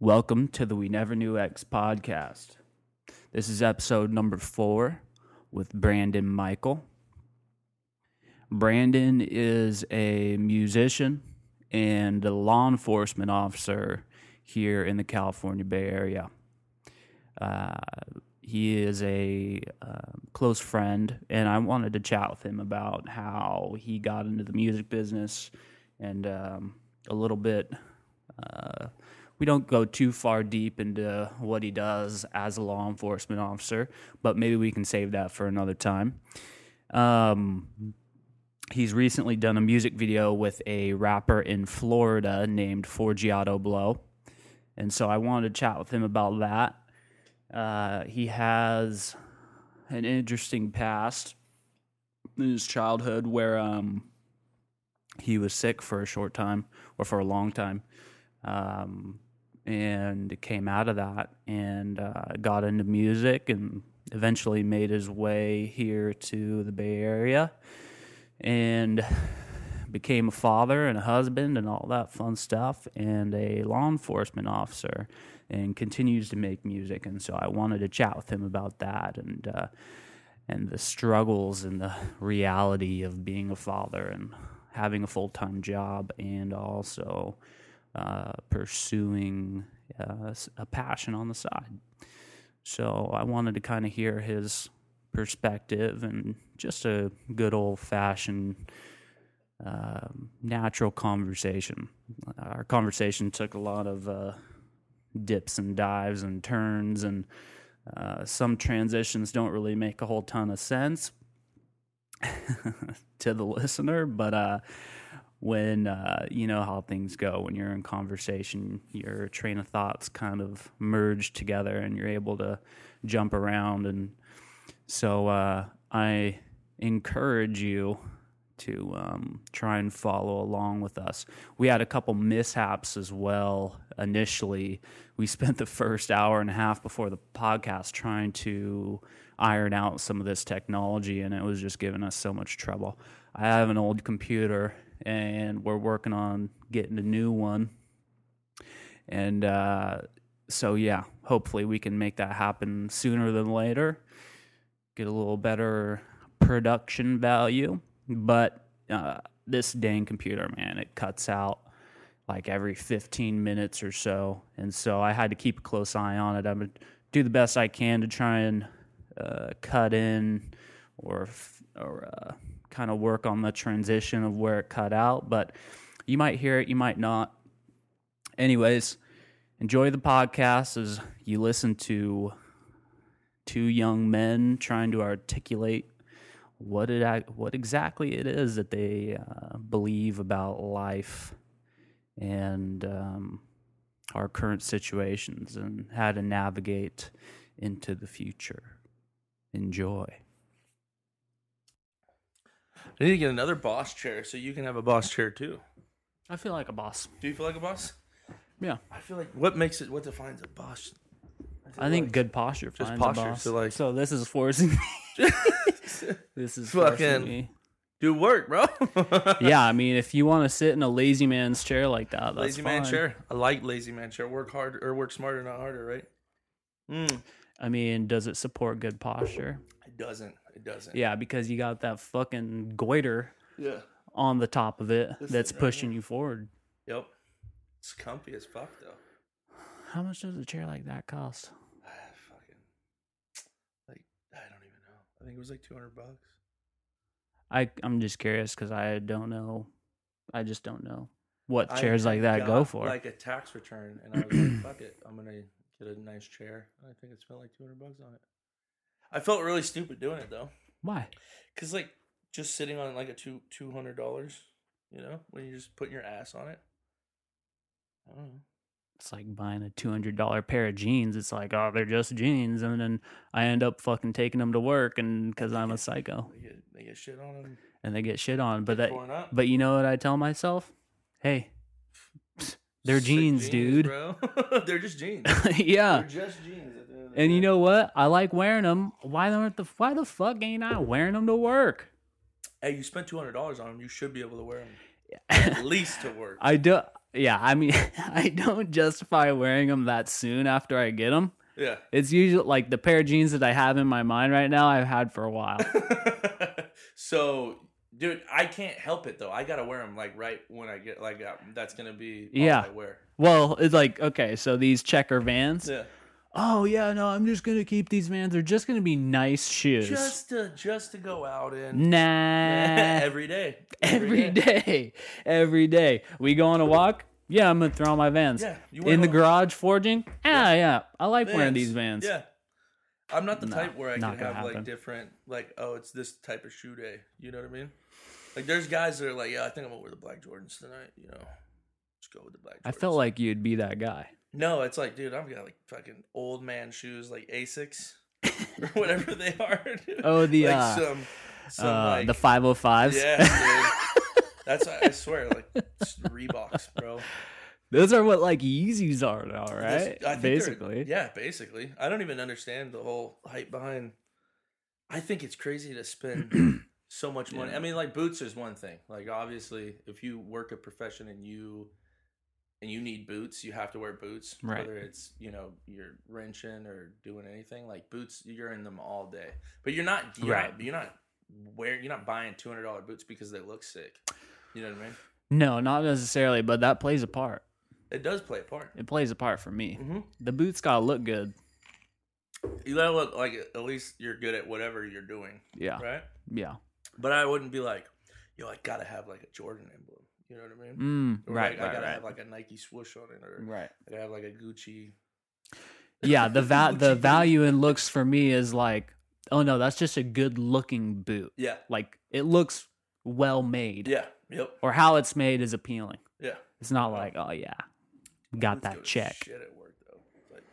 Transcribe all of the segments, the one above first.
Welcome to the We Never Knew X podcast. This is episode number four with Brandon Michael. Brandon is a musician and a law enforcement officer here in the California Bay Area. Uh, he is a uh, close friend, and I wanted to chat with him about how he got into the music business and um, a little bit. Uh, we don't go too far deep into what he does as a law enforcement officer, but maybe we can save that for another time. Um, he's recently done a music video with a rapper in Florida named Forgiato Blow. And so I wanted to chat with him about that. Uh, he has an interesting past in his childhood where um, he was sick for a short time or for a long time. Um, and came out of that and uh, got into music and eventually made his way here to the Bay Area and became a father and a husband and all that fun stuff and a law enforcement officer and continues to make music and so I wanted to chat with him about that and uh, and the struggles and the reality of being a father and having a full-time job and also uh, pursuing uh, s- a passion on the side. So I wanted to kind of hear his perspective and just a good old fashioned um natural conversation. Our conversation took a lot of uh, dips and dives and turns, and uh, some transitions don't really make a whole ton of sense to the listener, but uh, when uh, you know how things go when you're in conversation your train of thoughts kind of merge together and you're able to jump around and so uh, i encourage you to um, try and follow along with us we had a couple mishaps as well initially we spent the first hour and a half before the podcast trying to iron out some of this technology and it was just giving us so much trouble i have an old computer and we're working on getting a new one. And uh, so, yeah, hopefully we can make that happen sooner than later. Get a little better production value, but uh, this dang computer, man, it cuts out like every 15 minutes or so. And so I had to keep a close eye on it. I'm going to do the best I can to try and uh, cut in or, f- or uh, kind of work on the transition of where it cut out. But you might hear it, you might not. Anyways, enjoy the podcast as you listen to two young men trying to articulate what it ac- what exactly it is that they uh, believe about life and um, our current situations and how to navigate into the future. Enjoy. I need to get another boss chair so you can have a boss chair too. I feel like a boss. Do you feel like a boss? Yeah, I feel like what makes it what defines a boss? I think good posture Just finds a posture, boss. so, like- so this is forcing. me. this is forcing Fucking- me. Do work, bro. Yeah, I mean, if you want to sit in a lazy man's chair like that, that's lazy man fine. chair. I like lazy man chair. Work hard or work smarter, not harder, right? Mm. I mean, does it support good posture? It doesn't. It doesn't. Yeah, because you got that fucking goiter Yeah. on the top of it This that's thing right pushing you forward. Yep. It's comfy as fuck though. How much does a chair like that cost? Ah, fucking like I don't even know. I think it was like two hundred bucks. I I'm just curious because I don't know. I just don't know what I chairs like that go got, for. like a tax return, and I was like, "Fuck it, I'm gonna get a nice chair." And I think it spent like 200 bucks on it. I felt really stupid doing it though, Why? because like just sitting on like a two two hundred dollars, you know, when you're just putting your ass on it. I don't know. It's like buying a two hundred dollar pair of jeans. It's like oh, they're just jeans, and then I end up fucking taking them to work, and because I'm a psycho, They get they get shit on them, and they get shit on. But that, torn up. but you know what I tell myself? Hey, they're Sick jeans, dude. bro. They're just jeans. They're yeah. just jeans. at the end of the And you day. know what? I like wearing them. Why aren't the Why the fuck ain't I wearing them to work? hey, you spent two hundred dollars on them. You should be able to wear them at least to work. I do. yeah, I mean, I don't justify wearing them that soon after I get them. Yeah. It's usually like the pair of jeans that I have in my mind right now, I've had for a while. so, dude, I can't help it though. I gotta wear them like right when I get like uh, that's gonna be all Yeah. I wear. well, it's like, okay, so these checker vans. Yeah. Oh, yeah, no, I'm just going to keep these vans. They're just going to be nice shoes. Just to just to go out and nah. every day. Every day. Every day. We go on a walk. Yeah, I'm going to throw on my vans. Yeah. You wear in the those garage forging. Ah, yeah. I like wearing Vans. these vans. Yeah. I'm not the Nah, type where I not can gonna have like happen. different like oh it's this type of shoe day. You know what I mean? Like there's guys that are like yeah I think I'm gonna wear the black Jordans tonight. You know, just go with the black. Jordans. I felt like you'd be that guy. No, it's like, dude, I've got like fucking old man shoes, like Asics or whatever they are. dude. Oh, the like uh, some, some uh, like, the 505s. yeah, dude. That's I swear, like it's Reeboks, bro. Those are what like Yeezys are now, This- right? I think they're- Basically. yeah, basically. I don't even understand the whole hype behind. I think it's crazy to spend so much money. Yeah. I mean, like boots is one thing. Like obviously, if you work a profession and you and you need boots, you have to wear boots. Right. Whether it's you know you're wrenching or doing anything, like boots, you're in them all day. But you're not. You're Right. Not, you're not wear. You're not buying two hundred dollar boots because they look sick. You know what I mean? No, not necessarily, but that plays a part. It does play a part. It plays a part for me. Mm-hmm. The boots gotta look good. You gotta look like at least you're good at whatever you're doing, Yeah. right? Yeah. But I wouldn't be like, yo, I gotta have like a Jordan emblem. You know what I mean? Mm, Or right. like, I right. Mm. gotta have Right. like a Nike swoosh on it, or right. I gotta have like a Gucci. Yeah. The va- the Gucci value in looks for me is like, oh no, that's just a good looking boot. Yeah, Like it looks well made. yeah, yep, Or how it's made is appealing. yeah. It's not like, oh yeah, got Boots go that to check. Shit at work though, It's like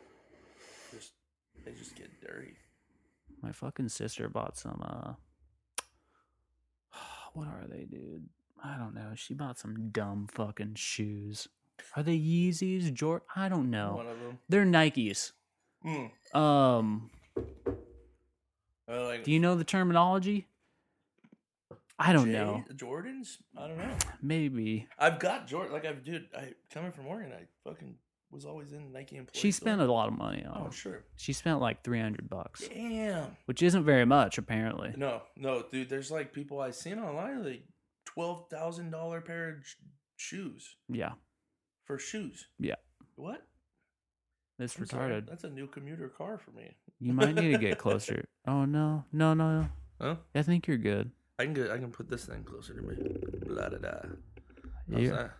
just they just get dirty. My fucking sister bought some. uh What are they, dude? I don't know. She bought some dumb fucking shoes. Are they Yeezys, Jordan? I don't know. One of them. They're Nikes. Mm. Um, Or like do you know the terminology? I don't J- know. Jordans. I don't know. Maybe I've got Jordan. Like I've dude. I coming from Oregon. I fucking was always in Nike employees. she spent a lot of money on. Oh, I'm them. sure. She spent like three hundred bucks, Damn. which isn't very much apparently. No, no, dude. There's like people I've seen online like twelve thousand dollar pair of sh- shoes Yeah, for shoes. Yeah. What? it's I'm sorry, retarded. That's a new commuter car for me. You might need to get closer. Oh no, no, no, no. Huh? I think you're good. I can get. I can put this thing closer to me. Blah da da. How's You're- that?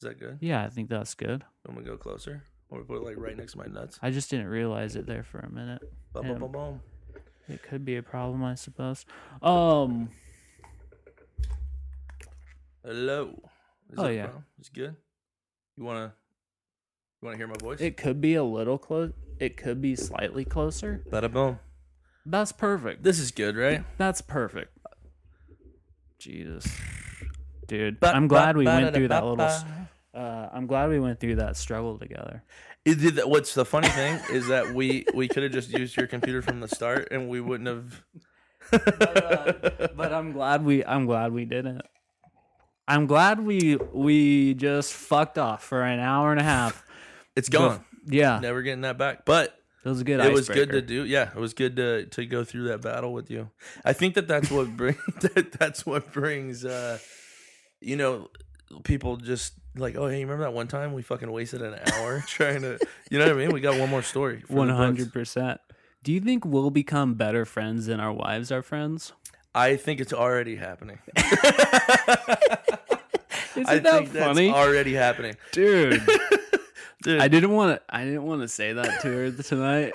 Is that good? Yeah, I think that's good. I'm gonna go closer. I'm gonna put it like right next to my nuts. I just didn't realize it there for a minute. Bum, Yeah. bum, bum, bum. It could be a problem, I suppose. Um, Hello. Is Oh, that yeah. fine? It's good. You wanna? You wanna hear my voice? it could be a little close. It could be slightly closer. Bada boom. That's perfect. This is good, right? That's perfect. Jesus, dude, Ba- I'm glad ba- we went through that ba-da-da-ba-ba. little. s- Uh, I'm glad we went through that struggle together. It did that- what's the funny thing is that we we could have just used your computer from the start and we wouldn't have. But, uh, but I'm glad we. I'm glad we didn't. I'm glad we we just fucked off for an hour and a half. It's gone. Yeah, Never getting that back. But it was a good. it was good icebreaker. to do. Yeah, it was good to to go through that battle with you. I think that that's what bring that, that's what brings uh, you know, people just like oh hey, you remember that one time we fucking wasted an hour trying to you know what I mean? We got one more story. for the One books. hundred percent. Do you think we'll become better friends than our wives are friends? I think it's already happening. Isn't I that think funny, that's already happening. dude? Dude, I didn't want to. I didn't want to say that to her tonight,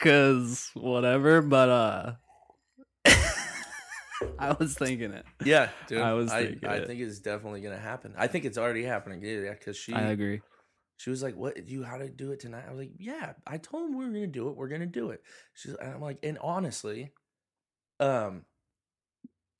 cause whatever. But uh, I was thinking it. Yeah, dude. I was I, thinking I it. think it's definitely gonna happen. I think it's already happening. Yeah, yeah. Because she, I agree. she was like, "What you? How to do it tonight?" I was like, "Yeah, I told him we were gonna do it. We're gonna do it." She's, and I'm like, and honestly, um,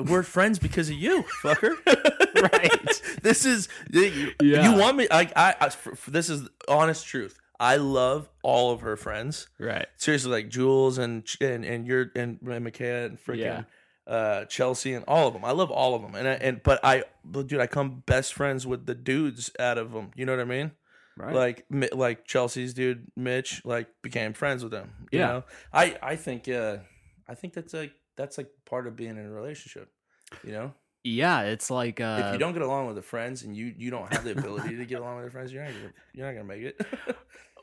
we're friends because of you, fucker. Right. this is you, Yeah. you want me? Like, I, I f- f- this is honest truth. I love all of her friends Right. seriously like Jules and and and your and, and Micaiah and freaking Yeah. uh, Chelsea, and all of them. I love all of them, and I, and but I, but dude, I come best friends with the dudes out of them. You know what I mean? Right. Like Mi- like Chelsea's dude Mitch, like became friends with him. You Yeah. know, I I think uh, I think that's like that's like part of being in a relationship. You know, yeah, it's like uh, if you don't get along with the friends and you you don't have the ability to get along with your friends, you're not gonna, you're not gonna make it.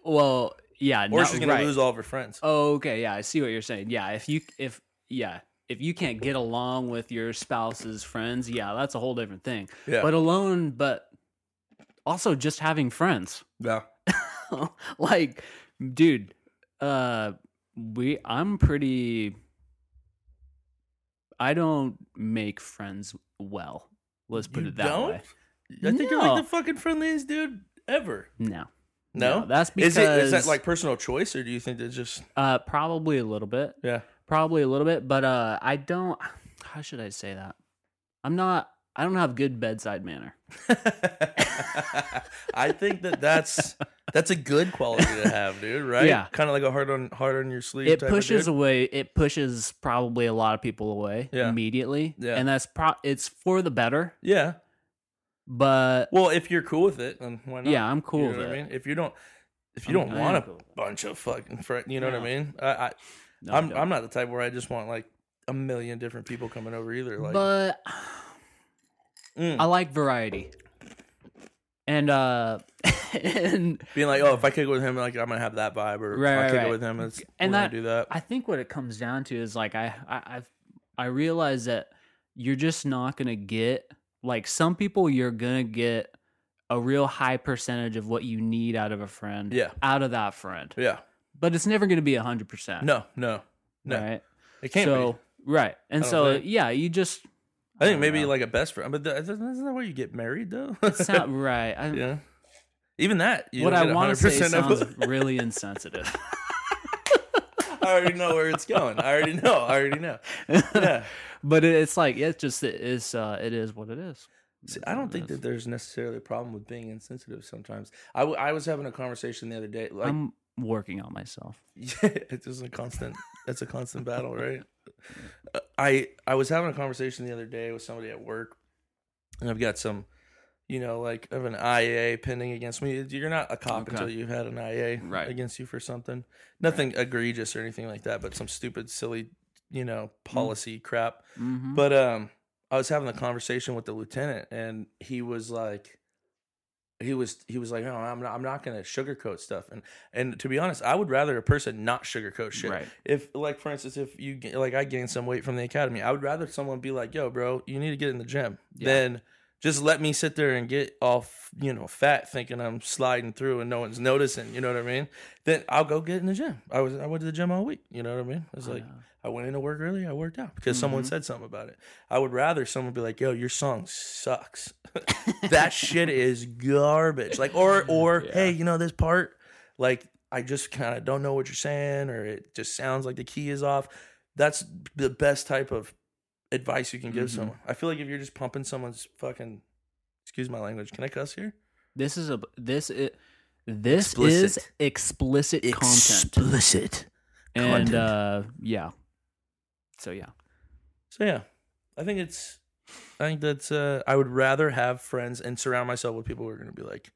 well, yeah, or no, she's gonna right. lose all of her friends. Oh, okay, yeah, I see what you're saying. Yeah, if you if yeah, if you can't get along with your spouse's friends, yeah, that's a whole different thing. Yeah. But alone, but also just having friends. yeah. like, dude, uh we I'm pretty I don't make friends well. Let's put You it that don't? way. I think you're No. like the fucking friendliest dude ever. No. No, that's because is it is that like personal choice or do you think that's just uh probably a little bit. yeah probably a little bit but uh i don't how should i say that i'm not i don't have good bedside manner i think that that's that's a good quality to have dude right Yeah. kind of like a hard on hard on your sleeve it type pushes of away it pushes probably a lot of people away Yeah. immediately Yeah. and that's pro it's for the better dude. yeah but well if you're cool with it then why not yeah i'm cool you know with what i it mean if you don't if you I'm- don't I am want a cool with it. bunch of fucking friends you know what i Yeah. mean i, I No, I i'm don't. i'm not the type where i just want like a million different people coming over either like but mm, i like variety and uh and being like oh if i kick it with him like i'm gonna have that vibe or Right, if i right, kick it right. with him it's And we're gonna that- do that I think what it comes down to is like I I I've, I realize that you're just not gonna get like some people you're gonna get a real high percentage of what you need out of a friend Yeah. out of that friend yeah but it's never gonna be a hundred percent no no no. right it can't be Oh, so right and I don't so think. yeah you just I I think don't maybe know. like a best friend, but th- isn't isn't that where you get married though? it's not right I, yeah, even that. You what don't I get want to say 100% of- sounds really insensitive I already know where it's going. I already know. I already know. Yeah, but it, it's like it's just it is uh it is what it is See, I don't think that there's necessarily a problem with being insensitive. Sometimes I, w- I was having a conversation the other day. Like I'm working on myself Yeah, it's just a constant. That's a constant battle, right? Uh, I I was having a conversation the other day with somebody at work, and I've got some, you know, like I have an IA pending against me. You're not a cop Okay. until you've had an IA Right. against you for something. Nothing egregious or anything like that, but some stupid, silly, you know, Mm-hmm. policy crap. Mhm. But um, I was having a conversation with the lieutenant, and he was like, he was he was like, no, I'm not, I'm not gonna sugarcoat stuff, and and to be honest, I would rather a person not sugarcoat shit. right If like for instance, if you ga- like I gained some weight from the academy, I would rather someone be like, yo, bro, you need to get in the gym, Yeah. than just let me sit there and get off, you know, fat, thinking I'm sliding through and no one's noticing. You know what I mean? Then I'll go get in the gym. I was I went to the gym all week. You know what I mean? It's I like. know. I went into work early. I worked out because someone Mhm. said something about it. I would rather someone be like, "Yo, your song sucks. that shit is garbage." Like, or or Yeah. hey, you know this part, like I just kind of don't know what you're saying, or it just sounds like the key is off. That's the best type of advice you can give Mhm. someone. I feel like if you're just pumping someone's fucking, excuse my language, can I cuss here? This is a this i this is explicit Explicit. content Explicit. and content. uh yeah. So yeah, So yeah, I think it's. I think that's. Uh, I would rather have friends and surround myself with people who are going to be like,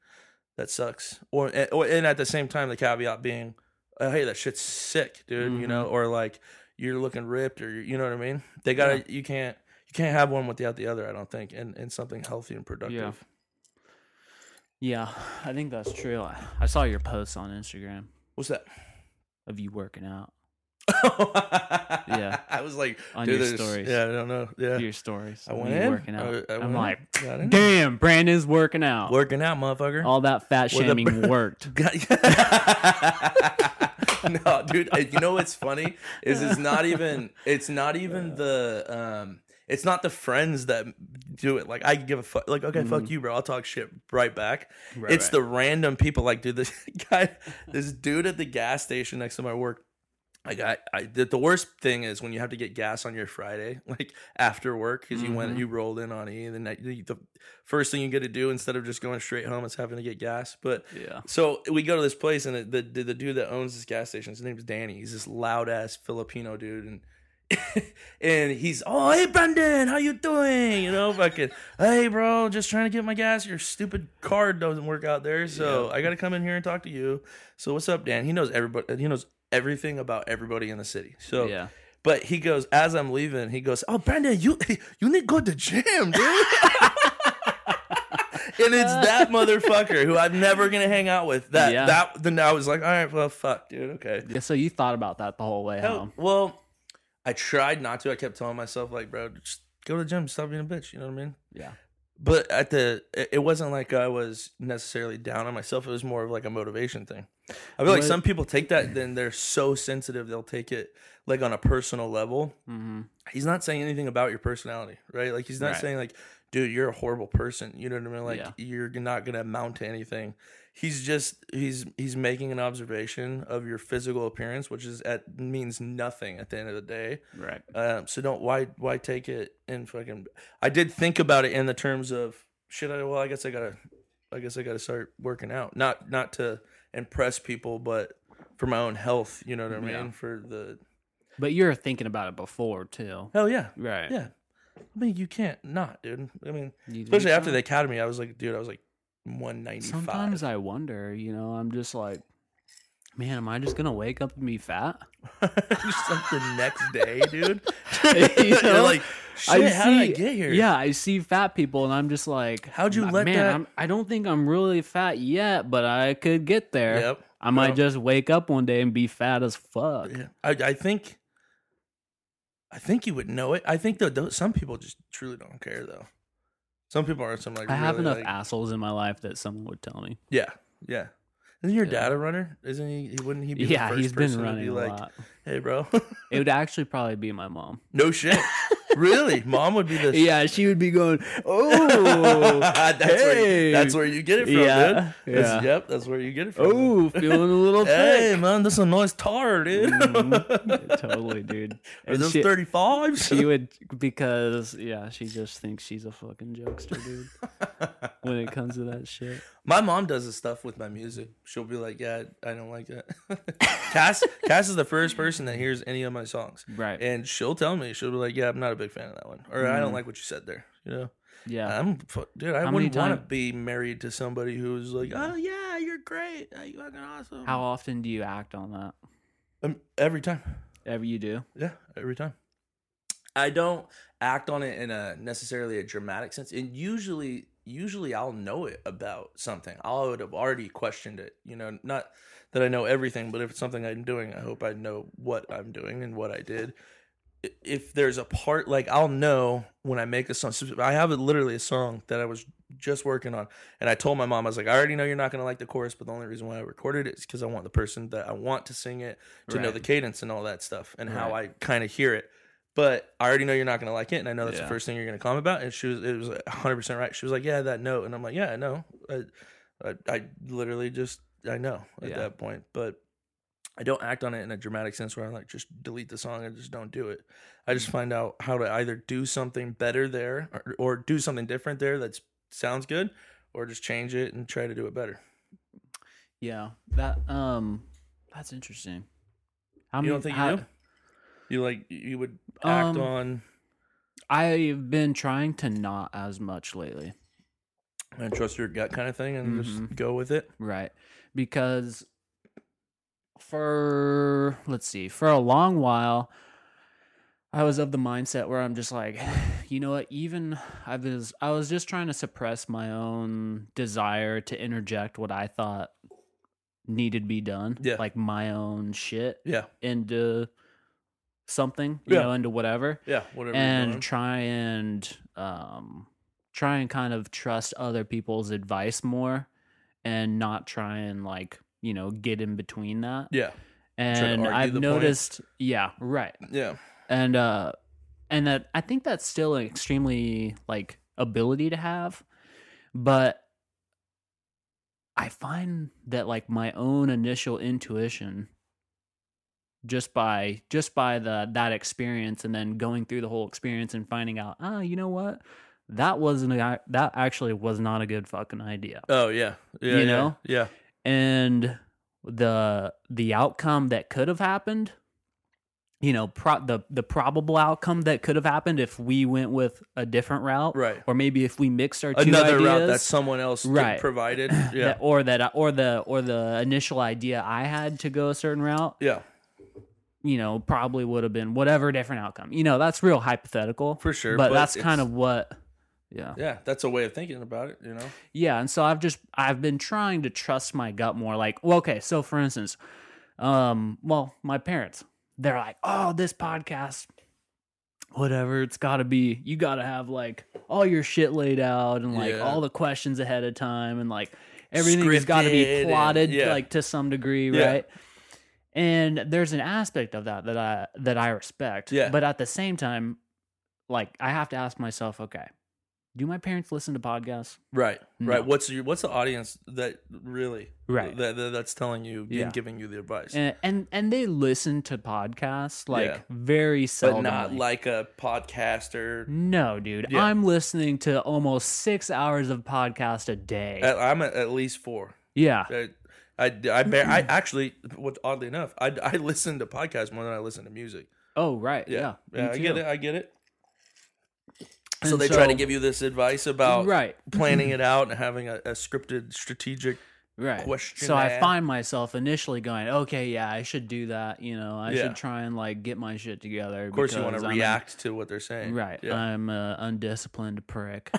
"That sucks," or, eh, or and at the same time, the caveat being, uh, "Hey, that shit's sick, dude," you Mm-hmm. know, or like, "You're looking ripped," or you know what I mean. They gotta. You can't. You can't have one without the other. I don't think, and and something healthy and productive. yeah. I think that's true. I, I saw your posts on Instagram What's that? of you working out, yeah, I was like, On dude, your there's- stories. Yeah, I don't know. Yeah, your stories. I of went you in. working out. I, I am went like, in, got in. damn, Brandon's working out. working out, motherfucker. All that fat With a shaming br- worked. God- no, dude. I- You know what's funny is it's not even it's not even the um it's not the friends that do it. Like I give a fuck. Like okay, fuck you, bro. I'll talk shit Mm-hmm. right back. it's the random people. Like dude, this guy, this dude at the gas station next to my work. Like I, I the, the worst thing is when you have to get gas on your Friday, like after work, because you went, Mhm. you rolled in on E, and then that- the, the first thing you got to do instead of just going straight home is having to get gas. But yeah. so we go to this place, and the the, the dude that owns this gas station, his name's Danny. He's this loud ass Filipino dude, and and he's oh hey Brendan, how you doing? You know, fucking hey bro, just trying to get my gas. Your stupid card doesn't work out there, so I got to come in here and talk to you. So what's up, Dan? He knows everybody. He knows everything about everybody in the city. So Yeah. But he goes as I'm leaving, he goes, oh Brendan, you you need to go to the gym, dude. and it's that motherfucker who I'm never gonna hang out with. That Yeah. that then I was like, all right, well, fuck, dude, okay. Yeah, So you thought about that the whole way Hell, home. well, I tried not to. I kept telling myself, like, bro, just go to the gym, stop being a bitch. You know what I mean? Yeah. But at the, it it wasn't like I was necessarily down on myself. It was more of like a motivation thing. I feel like What- some people take that, then they're so sensitive, they'll take it like on a personal level. Mm-hmm. He's not saying anything about your personality, right? Like he's not Right. saying like, dude, you're a horrible person. You know what I mean? Like Yeah. you're not gonna amount to anything. He's just he's he's making an observation of your physical appearance, which is at means nothing at the end of the day. Right. Um, so don't why why take it and fucking. I did think about it in the terms of shit. I well, I guess I gotta, I guess I gotta start working out. Not not to impress people, but for my own health. You know what I mean? Yeah. For the But you're thinking about it before too. hell yeah, Right. yeah. I mean, you can't not, dude. I mean, You think especially after so? the academy, I was like, dude, I was like one ninety Sometimes five. I wonder, you know, I'm just like, man, am I just gonna wake up and be fat? Just like the next day, dude. You you are know? like, shit. how did I get here? Yeah, I see fat people, and I'm just like, How'd you "M- let man, that- I'm, I don't think I'm really fat yet, but I could get there. Yep. I might Yep. just wake up one day and be fat as fuck. Yeah. I, I think I think you would know it. I think though tho- some people just truly don't care though. Some people are some like I have really, enough like- assholes in my life that someone would tell me. Yeah. Yeah. Isn't your Yeah. dad a runner? Isn't he? he wouldn't he be? Yeah, the 1st he's been person to running be a like, lot. Hey, bro. It would actually probably be my mom. no shit. really? Mom would be the. Yeah, she would be going, oh, that's where you, that's where you get it from, Yeah, dude. That's- yeah. yep, that's where you get it from. oh, feeling a little hey thick. man, this is a nice tar, dude. Mm, Mm-hmm. totally, dude. Are And those she- thirty fives? she would because yeah, she just thinks she's a fucking jokester, dude. when it comes to that shit, My mom does this stuff with my music. She'll be like, "Yeah, I don't like that." Cass, Cass is the first person that hears any of my songs, right? and she'll tell me, she'll be like, "Yeah, I'm not a big fan of that one," or "I don't like what you said there." You know, Mm. yeah, I'm fu- dude. I How many wouldn't want to times- be married to somebody who's like, "Oh yeah, you're great, Uh, you're fucking awesome." how often do you act on that? Um, every time, Ever you do? yeah, every time. I don't act on it in a necessarily a dramatic sense, and usually, usually I'll know it about something. I would have already questioned it. You know, not that I know everything, but if it's something I'm doing, I hope I know what I'm doing and what I did. I- If there's a part like I'll know when I make a song. So I have a, literally a song that I was just working on, and I told my mom I was like, I already know you're not gonna like the chorus, but the only reason why I recorded it is because I want the person that I want to sing it to know Right. the cadence and all that stuff and how I Right. kind of hear it. But I already know you're not gonna like it, and I know that's Yeah. the first thing you're gonna comment about. And she was, it was 100 percent right. She was like, yeah, that note, and I'm like, yeah, I know. I, I, I literally just I know at Yeah. that point, but I don't act on it in a dramatic sense where I'm like just delete the song and just don't do it. I Mm. just find out how to either do something better there or, or do something different there that sounds good, or just change it and try to do it better. Yeah, that um, that's interesting. How you don't think how- you do? You like you would act Um, on I've been trying to not as much lately. and trust your gut kind of thing and just Mhm. go with it. Right. Because for let's see, for a long while I was of the mindset where I'm just like, you know what, even I was I was just trying to suppress my own desire to interject what I thought needed to be done. Yeah. Like my own shit Yeah, into something, you Yeah. know, into whatever yeah, whatever. you're doing. and try and um, try and kind of trust other people's advice more and not try and like you know get in between that yeah, and argue i've the point. noticed yeah right yeah, and uh and that i think that's still an extremely like ability to have but i find that like my own initial intuition just by just by the that experience and then going through the whole experience and finding out ah you know what that wasn't a, that actually was not a good fucking idea oh yeah, yeah, You yeah, know? yeah, and the the outcome that could have happened you know pro- the the probable outcome that could have happened if we went with a different route Right. or maybe if we mixed our two Another ideas route that someone else did- Right. provided. Yeah. that- or that I- or the or the initial idea I had to go a certain route yeah. you know probably would have been whatever different outcome you know that's real hypothetical For sure, but, but that's it's- kind of what yeah Yeah. That's a way of thinking about it, you know? yeah and so i've just i've been trying to trust my gut more like well okay so for instance um well my parents they're like oh this podcast whatever it's got to be you got to have like all your shit laid out and like Yeah. all the questions ahead of time and like everything's got to Scripted be and- plotted yeah. like to some degree Yeah. right and there's an aspect of that that i that i respect Yeah. but at the same time like i have to ask myself okay do my parents listen to podcasts Right. No. Right. What's your, what's the audience that really, Mm. Right. that, that- that's telling you Yeah. and giving you the advice? and and, and they listen to podcasts like Yeah. very but seldom. not like a podcaster. no, dude. Yeah. I'm listening to almost six hours of podcast a day. At- I'm at, at least four. yeah, I, I, I, bar- I Mm-hmm. actually, what oddly enough, I, I listen to podcasts more than I listen to music. Oh right. Yeah. Yeah, yeah, me I get too. it. I get it. So And they try to so- give you this advice about Right. planning it out and having a, a scripted, strategic. Right. question So I that. find myself initially going, okay, yeah, I should do that. You know, I Yeah. should try and like get my shit together. Of course, you want to to react to what they're saying, Right. Yeah. I'm an undisciplined prick.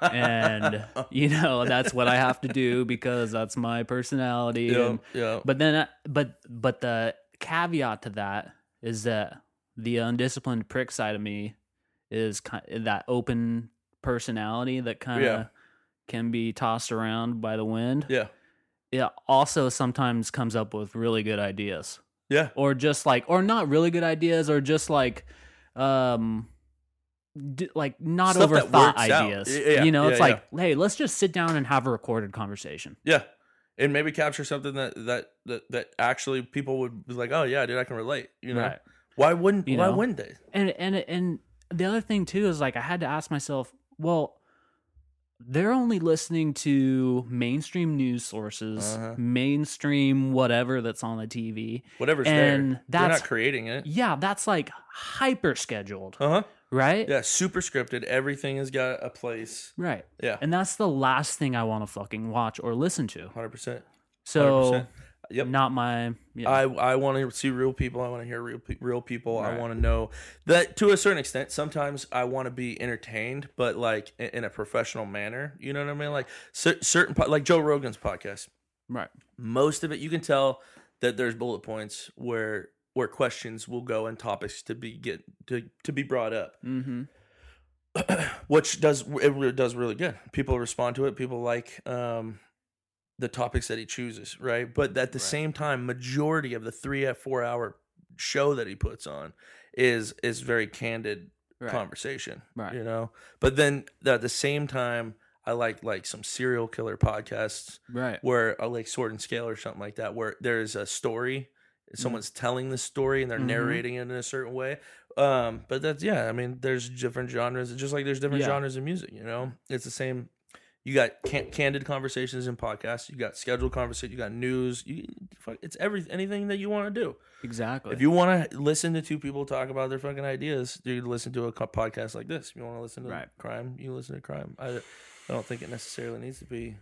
and, you know, that's what I have to do because that's my personality. yeah, And yeah. But then, uh, but but the caveat to that is that the undisciplined prick side of me is ki that open personality that kind of Yeah. can be tossed around by the wind. yeah, It also sometimes comes up with really good ideas, yeah, or just like, or not really good ideas, or just like, um. D- like not Stuff that overthought works out. ideas, Y- yeah, you know. yeah, it's like, hey, let's just sit down and have a recorded conversation. yeah. And maybe capture something that that that, that actually people would be like, oh yeah, dude, I can relate. You know, Right. why wouldn't You why know? wouldn't they? and and and the other thing too is like I had to ask myself, well, they're only listening to mainstream news sources, Uh-huh. mainstream whatever that's on the TV. Whatever's And there, they're that's- not creating it. Yeah, that's like hyper scheduled, Uh huh. right? Yeah, super scripted. Everything has got a place. Right. Yeah, And that's the last thing I want to fucking watch or listen to. hundred percent. So 100%. Yep. not my yeah. I I want to see real people. I want to hear real pe- real people. I want to know that to a certain extent. Sometimes I want to be entertained, but like in, in a professional manner. You know what I mean? Like cer- certain po- like Joe Rogan's podcast. right. Most of it you can tell that there's bullet points where where questions will go and topics to be get to, to be brought up Mm-hmm. which does it re- does really good. People respond to it. People like um, the topics that he chooses, right? But at the Right. same time, majority of the three at four hour show that he puts on is is very candid Right. conversation, Right. You know, but then at the same time, I like like some serial killer podcasts right. where uh, like Sword and Scale or something like that, where there is a story, Mm-hmm. someone's telling the story and they're Mhm. narrating it in a certain way. Um, but that's yeah, I mean, there's different genres, just like there's different Yeah. genres of music. You know, it's the same. You got can- candid conversations in podcasts. You got scheduled conversation. You got news. You, fuck, it's every anything that you want to do. Exactly. If you want to listen to two people talk about their fucking ideas, you listen to a co- podcast like this. If you want to listen to Right. crime, you listen to crime. I, I don't think it necessarily needs to be.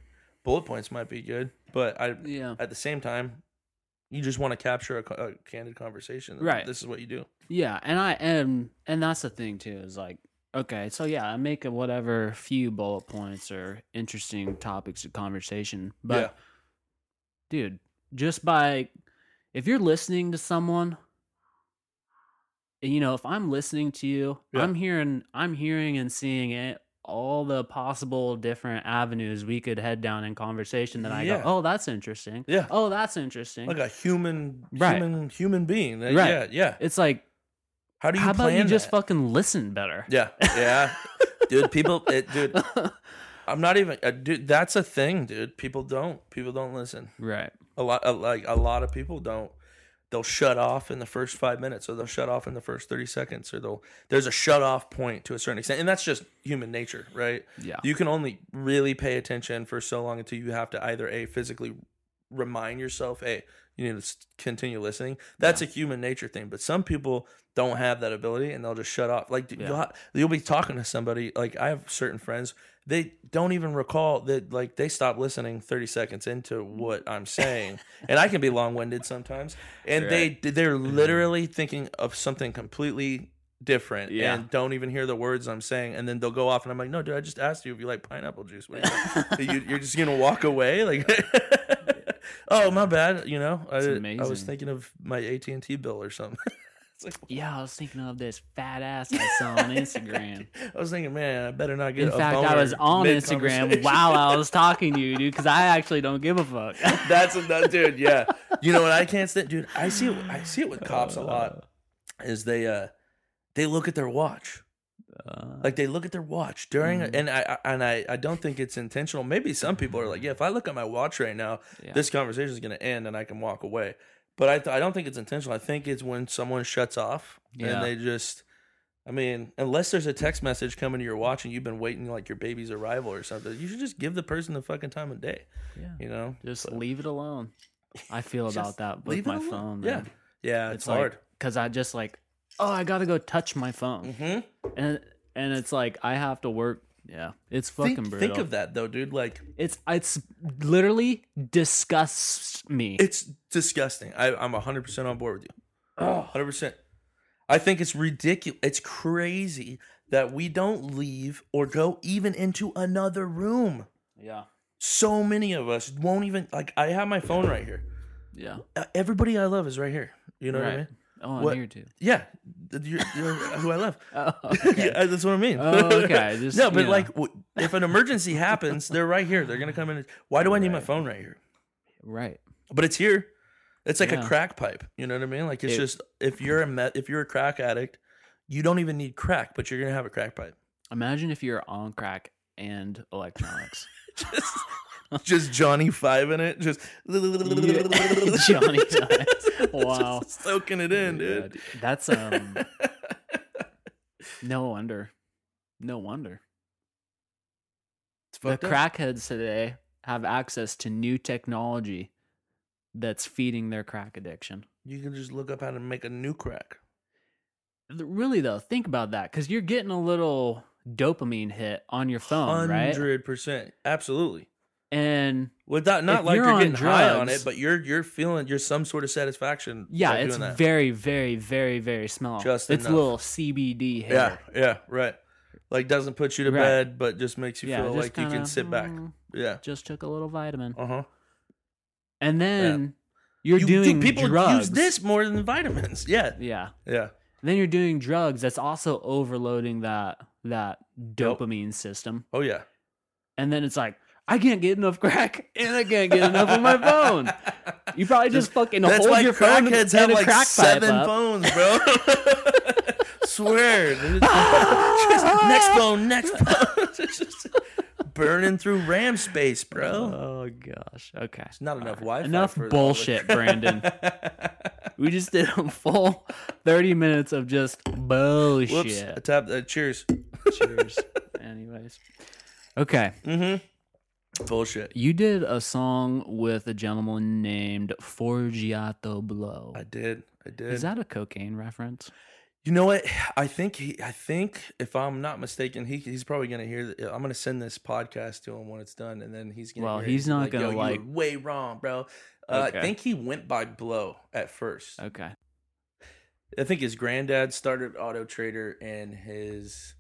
Bullet points might be good, but I yeah. at the same time, you just want to capture a, co- a candid conversation. Right. This is what you do. Yeah, and I and and that's the thing too is like okay, so yeah, I make a whatever few bullet points or interesting topics of conversation, but Yeah. dude, just by if you're listening to someone, and, you know, if I'm listening to you, Yeah. I'm hearing, I'm hearing and seeing it. All the possible different avenues we could head down in conversation that I Yeah. go, oh, that's interesting. Yeah. Oh, that's interesting. Like a human, Right. human, human being. Right. Yeah. Right. Yeah. It's like, How do you how plan about you just that? fucking listen better? Yeah, yeah, dude. People, it, dude. I'm not even, uh, dude. That's a thing, dude. People don't. People don't listen. Right. A lot, uh, like a lot of people don't. They'll shut off in the first five minutes, or they'll shut off in the first thirty seconds, or they'll. There's a shut off point to a certain extent, and that's just human nature, right? Yeah. You can only really pay attention for so long until you have to either a physically remind yourself, hey, you need to s- continue listening. That's a human nature thing, but some people don't have that ability and they'll just shut off. Like Yeah. you'll, ha- you'll be talking to somebody. Like I have certain friends, they don't even recall that. Like they stop listening thirty seconds into what I'm saying, and I can be long winded sometimes. And they they're Mm-hmm. literally thinking of something completely different Yeah. and don't even hear the words I'm saying and then they'll go off and I'm like no dude I just asked you if you like pineapple juice what do you you, you're just gonna walk away like oh my bad you know I, It's I was amazing. thinking of my AT&T bill or something it's like Yeah, I was thinking of this fat ass I saw on Instagram. I was thinking man I better not get In a fact, I boner was on mid-conversation." Instagram while I was talking to you, dude, because I actually don't give a fuck. that's that dude yeah you know what I can't stand dude I see it I see it with cops a lot is they uh they look at their watch Uh, like they look at their watch during Mhm. and I I- and I I don't think it's intentional maybe some people are like yeah if I look at my watch right now yeah. this conversation is going to end and I can walk away. But I, th- I don't think it's intentional. I think it's when someone shuts off Yeah. and they just, I mean, unless there's a text message coming to your watch and you've been waiting like your baby's arrival or something, you should just give the person the fucking time of day, yeah. you know? Just leave it alone. I feel Just about that leave with it my alone. phone. Yeah. Man. Yeah, it's, hard. Because I just like, oh, I gotta go touch my phone, hmm and and it's like I have to work. Yeah, it's fucking Think, brutal. think of that though, dude. Like, It's it's literally disgusts me. it's disgusting. I, I'm 100% on board with you. oh, Hundred percent. I think it's ridiculous. It's crazy that we don't leave or go even into another room. yeah, So many of us won't even like. I have my phone right here. yeah. Uh, Everybody I love is right here. You know what I Right. mean? Oh, I'm What- here too. Yeah, th- you're, you're who I love. Oh, okay. yeah, that's what I mean. Oh, okay. Just, no, but you know. like, w- if an emergency happens, they're right here. They're gonna come in. Why do I need my Right. phone right here? right. but it's here. It's like a Yeah. crack pipe. You know what I mean? Like it's It- just if you're a met, if you're a crack addict, you don't even need crack, but you're gonna have a crack pipe. Imagine if you're on crack and electronics. Just, just Johnny Five in it, just Yeah. Johnny Fives. Wow. just soaking it in, Yeah, dude. dude. That's um. no wonder. No wonder. It's The fucked up. crackheads today have access to new technology that's feeding their crack addiction. You can just look up how to make a new crack. Th- Really though, think about that because you're getting a little dopamine hit on your phone, right? Hundred percent, absolutely. And Without not If like you're you're, on getting high on drugs- it, but you're you're feeling you're some sort of satisfaction. yeah, by it's doing that. very, very, very, very small. Just it's enough. little CBD hit. Yeah, yeah, right. Like doesn't put you to Right. bed, but just makes you Yeah, feel just like you can kinda, sit back. "Mm, Yeah. Just took a little vitamin, Uh huh. and then you're doing people drugs. use this more than vitamins. Yeah. yeah. Yeah. then you're doing drugs that's also overloading that that dopamine system Oh yeah. and then it's like i can't get enough crack and i can't get enough on my phone you probably just, fucking That's hold why your phone and, crackheads have a like crack seven pipe up. phones, bro. Swear. dude. Just next phone, next phone. It's just burning through RAM space, bro. oh gosh okay It's not enough Wi-Fi. enough for all the- bullshit brandon we just did a full 30 minutes of just bullshit Whoops. I tapped. Uh, cheers. cheers anyways okay Mm-hmm. Bullshit. you did a song with a gentleman named forgiato blow I did. I did. Is that a cocaine reference? You know what? I think he. I think if I'm not mistaken, he he's probably gonna hear. th- I'm gonna send this podcast to him when it's done, and then he's gonna. Well, hear it he's and be not gonna "Yo, you were like- way wrong, bro. Uh, Okay. I think he went by blow at first. Okay. I think his granddad started Auto Trader, and his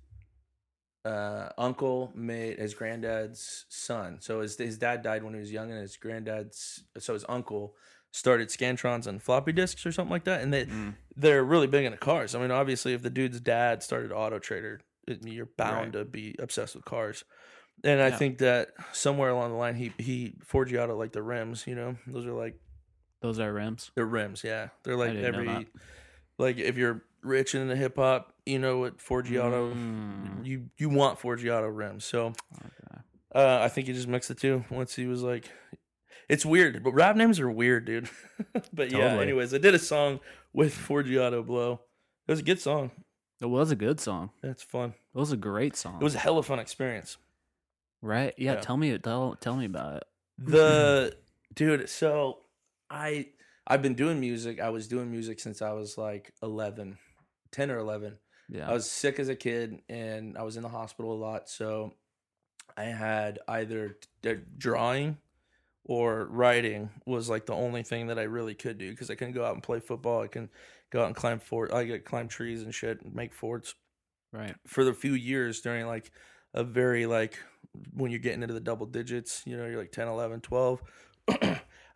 uh, uncle made his granddad's son. So his his dad died when he was young, and his granddad's so his uncle started Scantrons and floppy disks or something like that, and they Mm. they're really big into cars. I mean, obviously, if the dude's dad started Auto Trader, it- you're bound to be obsessed with cars. And I Yeah. think that somewhere along the line, he he Forgiato like the rims. You know, those are like Those are rims. they're rims. Yeah, they're like didn't know every that. like if you're rich and into hip hop, you know what Forgiato. Mm. You you want Forgiato rims. So Okay. uh, I think he just mixed the two once he was like, it's weird, but rap names are weird, dude. but yeah, Totally. anyways, I did a song with Forgiato Blow. It was a good song. It was a good song. That's fun. It was a great song. It was a hell of a fun experience. right. Yeah, yeah. Tell me. Tell Tell me about it. The dude so i i've been doing music i was doing music since i was like 11 10 or 11 Yeah. i was sick as a kid and i was in the hospital a lot so i had either d- drawing or writing was like the only thing that i really could do because i couldn't go out and play football i can go out and climb fort i could climb trees and shit and make forts right. for the few years during like a very like when you're getting into the double digits you know you're like 10 11 12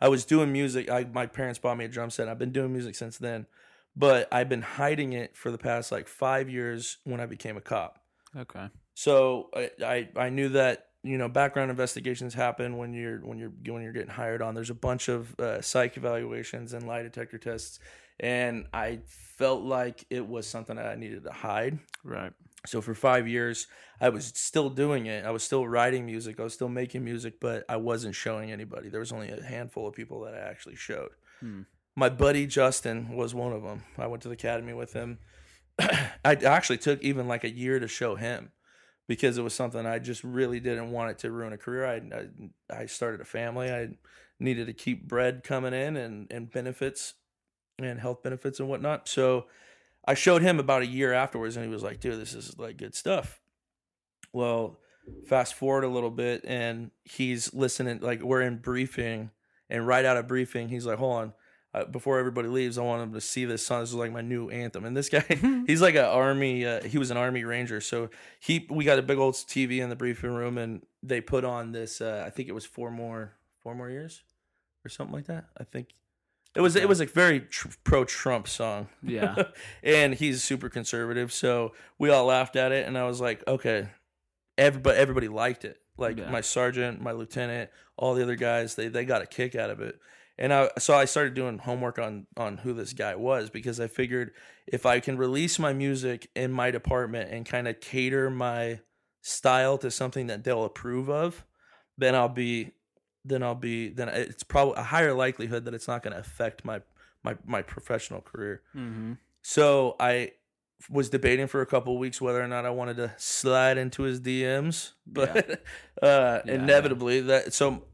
i was doing music I, my parents bought me a drum set and i've been doing music since then but i've been hiding it for the past like five years when i became a cop Okay. so I, I I knew that you know background investigations happen when you're when you're when you're getting hired on. There's a bunch of uh, psych evaluations and lie detector tests, and I felt like it was something that I needed to hide. Right. So for five years, I was still doing it. I was still writing music. I was still making music, but I wasn't showing anybody. There was only a handful of people that I actually showed. Hmm. My buddy Justin was one of them. I went to the academy with him. I actually took even like a year to show him because it was something I just really didn't want it to ruin a career. I I, I started a family. I needed to keep bread coming in and and benefits and health benefits and whatnot. So I showed him about a year afterwards, and he was like, "Dude, this is like good stuff." Well, fast forward a little bit, and he's listening. Like we're in briefing, and right out of briefing, he's like, "Hold on." Uh, before everybody leaves, I want him to see this song. This is like my new anthem. And this guy, he's like an army. Uh, he was an army ranger, so he we got a big old TV in the briefing room, and they put on this. Uh, I think it was four more, four more years, or something like that. I think it was. It was a very tr- pro Trump song Yeah. and he's super conservative. So we all laughed at it, and I was like, okay, everybody everybody liked it. Like Yeah. my sergeant, my lieutenant, all the other guys, they they got a kick out of it. And I so I started doing homework on on who this guy was because I figured if I can release my music in my department and kind of cater my style to something that they'll approve of, then I'll be then I'll be then it's probably a higher likelihood that it's not going to affect my my my professional career. mm-hmm. So I was debating for a couple weeks whether or not I wanted to slide into his DMs, but uh, Yeah, inevitably that so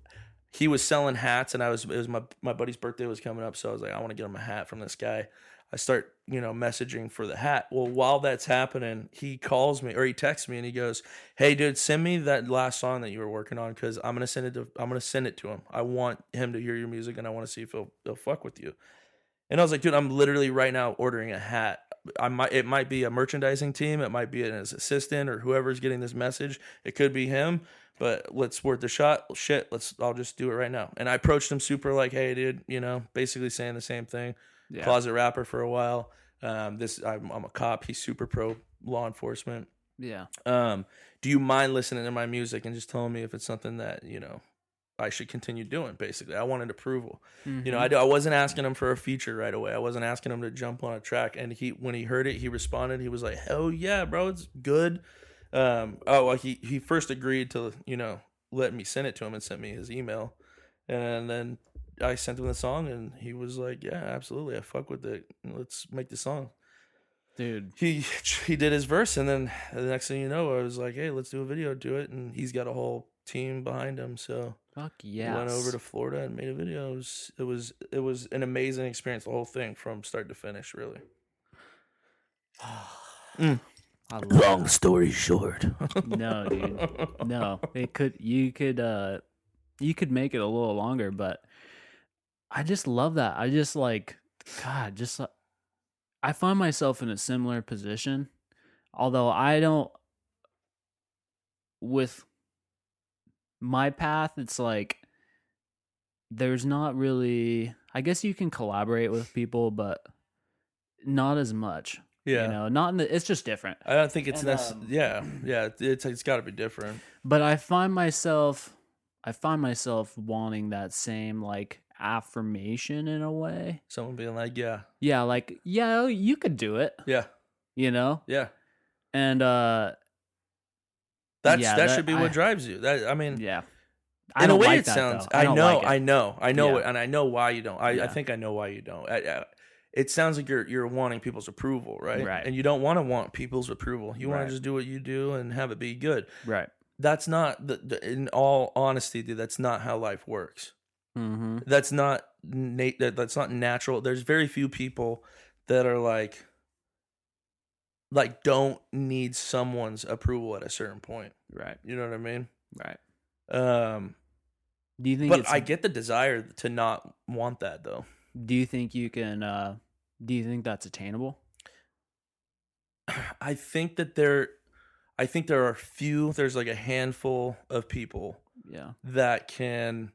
he was selling hats, and I was it was my my buddy's birthday was coming up, so I was like, I want to get him a hat from this guy. I start you know messaging for the hat. Well, while that's happening, he calls me or he texts me and he goes, "Hey, dude, send me that last song that you were working on because I'm gonna send it to I'm gonna send it to him. I want him to hear your music and I want to see if he'll, he'll fuck with you." And I was like, dude, I'm literally right now ordering a hat. I might it might be a merchandising team, it might be his assistant or whoever's getting this message. It could be him, but let's worth the shot. Shit, let's I'll just do it right now. And I approached him super like, hey, dude, you know, basically saying the same thing. Yeah. Closet rapper for a while. Um, this I'm, I'm a cop. He's super pro law enforcement Yeah. um, do you mind listening to my music and just telling me if it's something that you know I should continue doing? Basically, I wanted approval. You Mm-hmm. know, I, I wasn't asking him for a feature right away. I wasn't asking him to jump on a track. And he, when he heard it, he responded. He was like, "Hell yeah, bro, it's good." Um, oh, well, he he first agreed to you know let me send it to him and sent me his email, and then I sent him the song, and he was like, "Yeah, absolutely, I fuck with it. Let's make the song." dude. he he did his verse and then the next thing you know i was like hey let's do a video do it and he's got a whole team behind him so Fuck we yeah. went over to florida and made a video it was, it was it was an amazing experience the whole thing from start to finish really Mm. I love story short No, Oh, dude. no it could you could uh you could make it a little longer but i just love that i just like god just uh, i find myself in a similar position although i don't with my path it's like there's not really i guess you can collaborate with people but not as much yeah you know not in the it's just different i don't think it's And, necessary um, yeah yeah it's it's got to be different but i find myself i find myself wanting that same like affirmation in a way someone being like yeah yeah like yeah you could do it yeah you know yeah and uh that's Yeah, that, that- should be what I- drives you that i mean yeah in a don't way, like it that, sounds. though. I, don't know. like it. I know. I know. Yeah. It, and I know why you don't. I, I Yeah. think think I know why you don't. I, I, it sounds like you're you're wanting people's approval, right? Right. And you don't want to want people's approval. You want Right. to just do what you do and have it be good. right That's not the, the. In all honesty, dude, that's not how life works. Mm-hmm. that's not na- that, that's not natural there's very few people that are like like don't need someone's approval at a certain point Right. you know what i mean Right. um Do you think? but it's, i get the desire to not want that though Do you think you can? Uh, do you think that's attainable? i think that there i think there are few there's like a handful of people Yeah. that can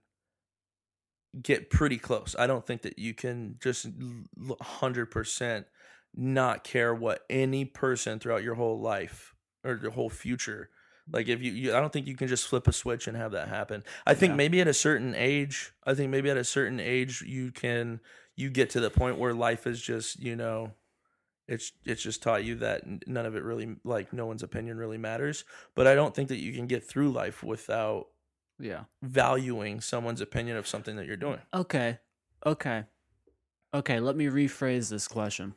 get pretty close. I don't think that you can just l- 100% not care what any person throughout your whole life or your whole future. Like if you, you I don't think you can just flip a switch and have that happen. I think Yeah. maybe at a certain age, I think maybe at a certain age you can you get to the point where life is just, you know, it's it's just taught you that n- none of it really like no one's opinion really matters, but I don't think that you can get through life without Yeah. valuing someone's opinion of something that you're doing. Okay. Okay. Okay. Let me rephrase this question.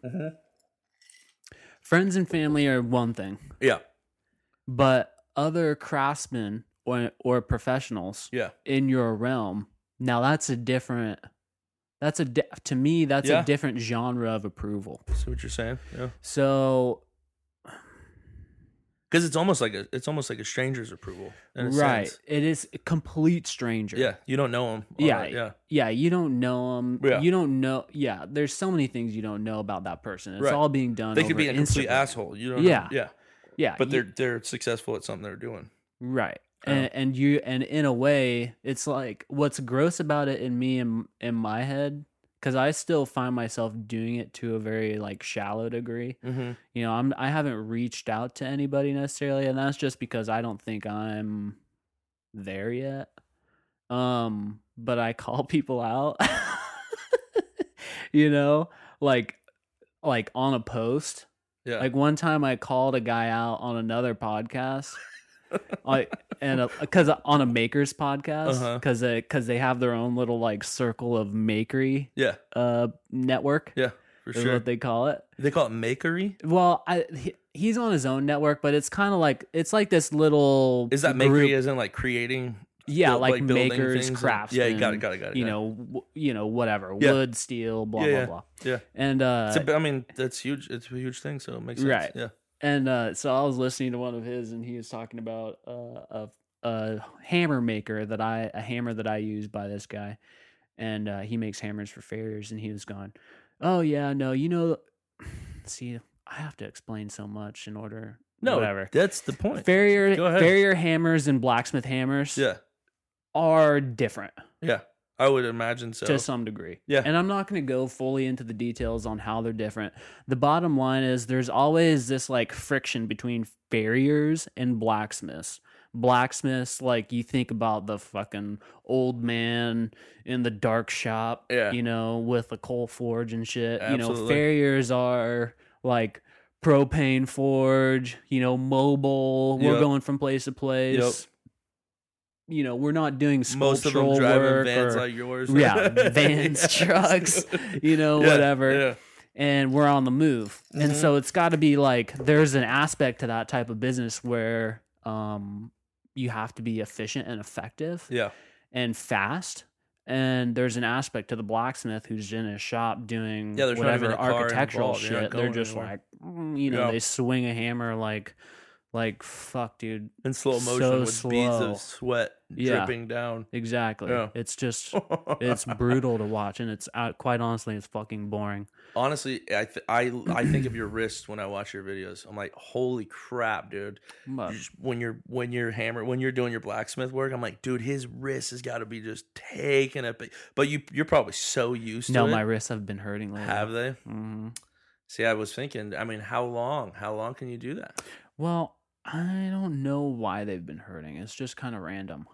Friends and family are one thing, Yeah, but other craftsmen or or professionals yeah, in your realm. Now that's a different. That's a di- to me that's Yeah. a different genre of approval. see what you're saying. Yeah, So because it's almost like a it's almost like a stranger's approval, in a right, sense. it is a complete stranger. Yeah, you don't know them. Yeah. yeah, yeah. You don't know them. Yeah. You don't know. Yeah, there's so many things you don't know about that person. It's Right. all being done. they could be a over complete Instagram. asshole. You don't. Yeah. know. yeah, Yeah, but you- they're they're successful at something they're doing. right. Yeah. And, and you and in a way, it's like what's gross about it in me and in my head because I still find myself doing it to a very like shallow degree. Mm-hmm. You know, I'm I haven't reached out to anybody necessarily, and that's just because I don't think I'm there yet. Um, but I call people out. you know, like like on a post. Yeah, Like one time, I called a guy out on another podcast, like and because on a makers podcast, Uh-huh. because because they have their own little like circle of makery yeah, uh network yeah, for is sure. what They, they call it. call it makery. Well, I he, he's on his own network, but it's kind of like it's like this little Is that makery group- as in like creating? yeah, build- like, building makers, things crafts. And, yeah, got it, got it, got it. You got it. know, w- you know, whatever, Yeah. wood, steel, blah Yeah, yeah, blah blah. yeah. and uh, It's a, I mean, that's huge. It's a huge thing, so it makes sense. Right. Yeah. and uh, so I was listening to one of his, and he was talking about uh, a a hammer maker that I a hammer that I use by this guy, and uh, he makes hammers for farriers, and he was gone. Oh yeah, no, you know, see, I have to explain so much in order. No, whatever. That's the point. Farrier Go ahead. farrier hammers and blacksmith hammers Yeah, are different yeah. I would imagine so. to some degree. Yeah. And I'm not going to go fully into the details on how they're different. The bottom line is there's always this like friction between farriers and blacksmiths. Blacksmiths, like you think about the fucking old man in the dark shop, Yeah. you know, with the coal forge and shit. You know, Absolutely. farriers are like propane forge, you know, mobile. We're Yep. going from place to place. You know, we're not doing most of sculptural them driving work vans or, like yours. yeah vans Yeah. trucks you know Yeah, whatever yeah. and we're on the move and Mhm. so it's got to be like there's an aspect to that type of business where um you have to be efficient and effective Yeah. and fast and there's an aspect to the blacksmith who's in his shop doing Yeah, there's not whatever even a car architectural involved. You're not shit they're going just anywhere. like mm, you know Yeah. they swing a hammer like like fuck dude In slow motion So with beads slow. of sweat Yeah. dripping down. exactly Yeah. it's just it's brutal to watch and it's uh, quite honestly it's fucking boring honestly, I th- I I think of your wrist when I watch your videos. I'm like, holy crap, dude! but You just- when you're when you're hammer when you're doing your blacksmith work, I'm like, dude, his wrist has got to be just taking a. big- But you you're probably so used no to my it. wrists have been hurting lately Have they? Mm-hmm. hmm See, I was thinking. I mean, how long? How long can you do that? well i don't know why they've been hurting it's just kind of random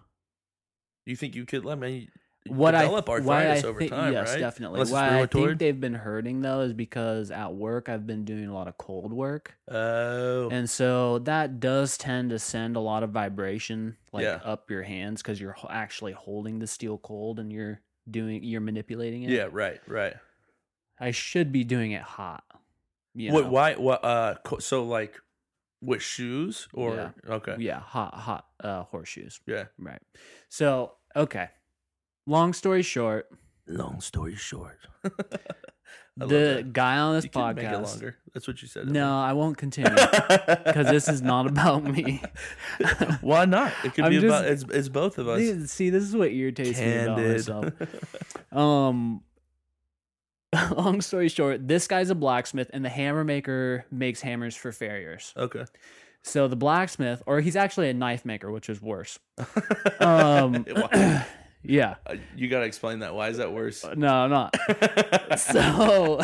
You think you could? I mean, you what I develop why I arthritis over think time, yes right? definitely Unless it's why I rheumatoid. think they've been hurting though is because at work I've been doing a lot of cold work Oh, and so that does tend to send a lot of vibration like Yeah. up your hands because you're ho- actually holding the steel cold and you're doing you're manipulating it yeah, right, right. I should be doing it hot you What? know? Why? What? Uh, co- so like, with shoes or okay, yeah hot hot uh, horseshoes yeah, Right. So, okay. long story short, Long story short, I love the that. guy on this you can make it podcast. longer. That's what you said. No, I won't continue because because this is not about me. Why not? It could I'm be just- about it's, it's both of us. Dude, see, this is what irritates me about Candid. myself. Um, long story short, this guy's a blacksmith, and the hammer maker makes hammers for farriers. okay. So the blacksmith, or he's actually a knife maker, which is worse. Um, Why- yeah, uh, you gotta explain that. Why is that worse? no, I'm not. So,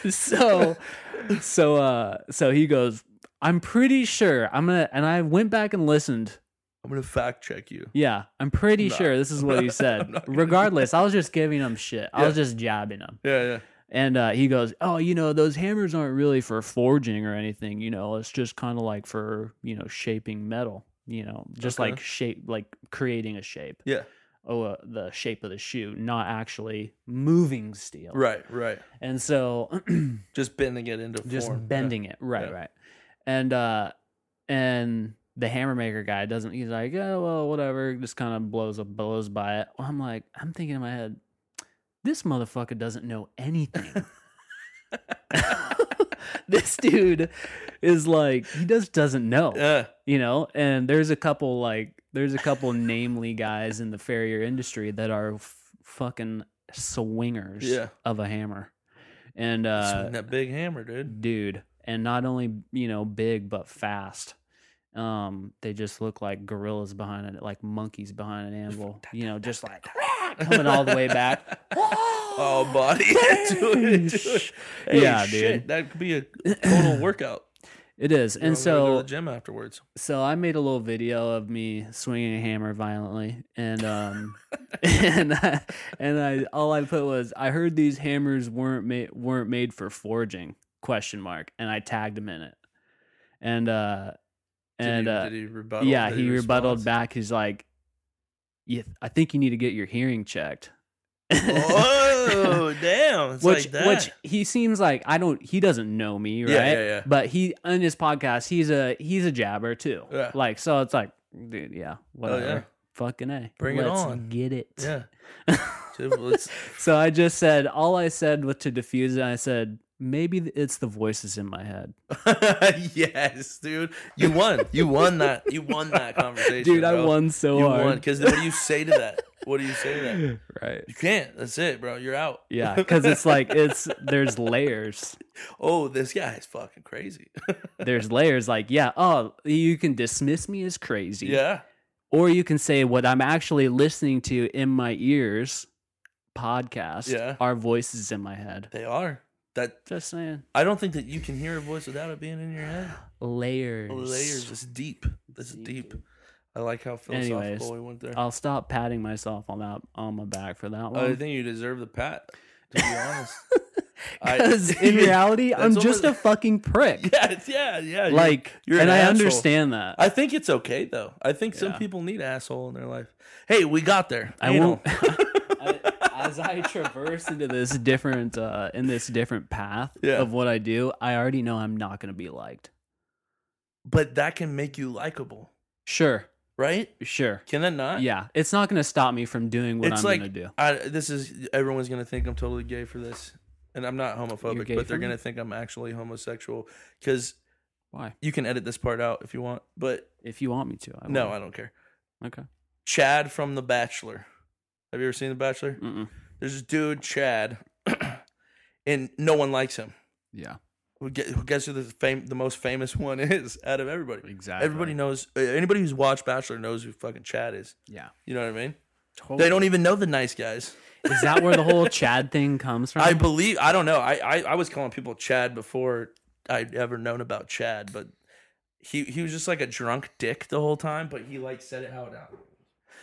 so, so, uh, so he goes. I'm pretty sure I'm gonna, and I went back and listened I'm gonna fact check you. Yeah, I'm pretty Nah, sure this is I'm what not- he I'm said. not gonna do Regardless, I was just giving him shit. I was just jabbing him. Yeah, yeah. And uh, he goes, "Oh, you know, those hammers aren't really for forging or anything. You know, it's just kind of like for you know shaping metal. You know, just Okay. like shape, like creating a shape. Yeah. Oh, uh, the shape of the shoe, not actually moving steel. Right, right. And so, Just bending it into just form. bending it right Yeah. right and uh and the hammer maker guy doesn't he's like yeah well whatever just kind of blows up blows by it i'm like i'm thinking in my head this motherfucker doesn't know anything this dude is like he just doesn't know Yeah. you know and there's a couple like there's a couple namely guys in the farrier industry that are f- fucking swingers Yeah. of a hammer and Yeah. uh Swing that big hammer, dude. dude and not only you know big but fast um they just look like gorillas behind it like monkeys behind an anvil you know just like coming all the way back Oh, buddy. do it, do it. Hey, Yeah, shit, dude. That could be a total workout. it is I'm and gonna go to so the gym afterwards. so i made a little video of me swinging a hammer violently and um and I, and i all i put was i heard these hammers weren't made weren't made for forging question mark and i tagged him in it and uh Did and he, uh did he rebuttal? yeah, Did he rebutted respond? back. He's like, "Yeah, I think you need to get your hearing checked." Oh, damn! It's which, like that. which he seems like I don't. He doesn't know me, right? Yeah, yeah, yeah. But he on his podcast, he's a he's a jabber too. Yeah. Oh, Like so, it's like, dude, yeah, whatever. yeah. Fucking a. Bring it Let's on. Get it. yeah. So let's- So I just said all I said was to diffuse it. I said maybe it's the voices in my head, yes, dude. You won. You won that. You won that conversation, dude. I bro. won so You hard. won. Because what do you say to that? What do you say to that? Right. You can't. That's it, bro. You're out. Yeah, because it's like it's there's layers. Oh, this guy is fucking crazy. there's layers like yeah oh you can dismiss me as crazy yeah. or you can say what i'm actually listening to in my ears podcast Yeah. are voices in my head They are. That just saying I don't think that you can hear a voice without it being in your head. layers Layers. It's deep. This is deep. I like how philosophical Anyways, um, we went there. i'll stop patting myself on that on my back for that I one think you deserve the pat. To be honest, I- because in reality i'm That's just a almost- fucking prick yeah, it's- yeah, yeah. you're- like you're and an i asshole. understand that I think it's okay though. I think some Yeah. people need asshole in their life. Hey, we got there. I Anal. won't. I, as I traverse into this different, uh, in this different path Yeah. of what I do, I already know I'm not going to be liked. But that can make you likable, Sure, right? sure, Can that not? yeah. It's not going to stop me from doing what it's I'm like going to do. I, this is everyone's gonna think I'm totally gay for this, and I'm not You're homophobic, gay but they're for gonna me? think I'm actually homosexual because Why? you can edit this part out if you want. But If you want me to, I no, will. I don't care. okay. Chad from The Bachelor. Have you ever seen The Bachelor? Mm-mm. There's this dude Chad, and no one likes him. Yeah, Who gue- who Guess who the fam- the most famous one is out of everybody? exactly. Everybody knows. uh, Anybody who's watched Bachelor knows who fucking Chad is. Yeah, You know what I mean? Oh, They don't even know the nice guys. Is that where the whole Chad thing comes from? I believe. I don't know. I, I I was calling people Chad before I'd ever known about Chad, but he he was just like a drunk dick the whole time. But he like said it how it out.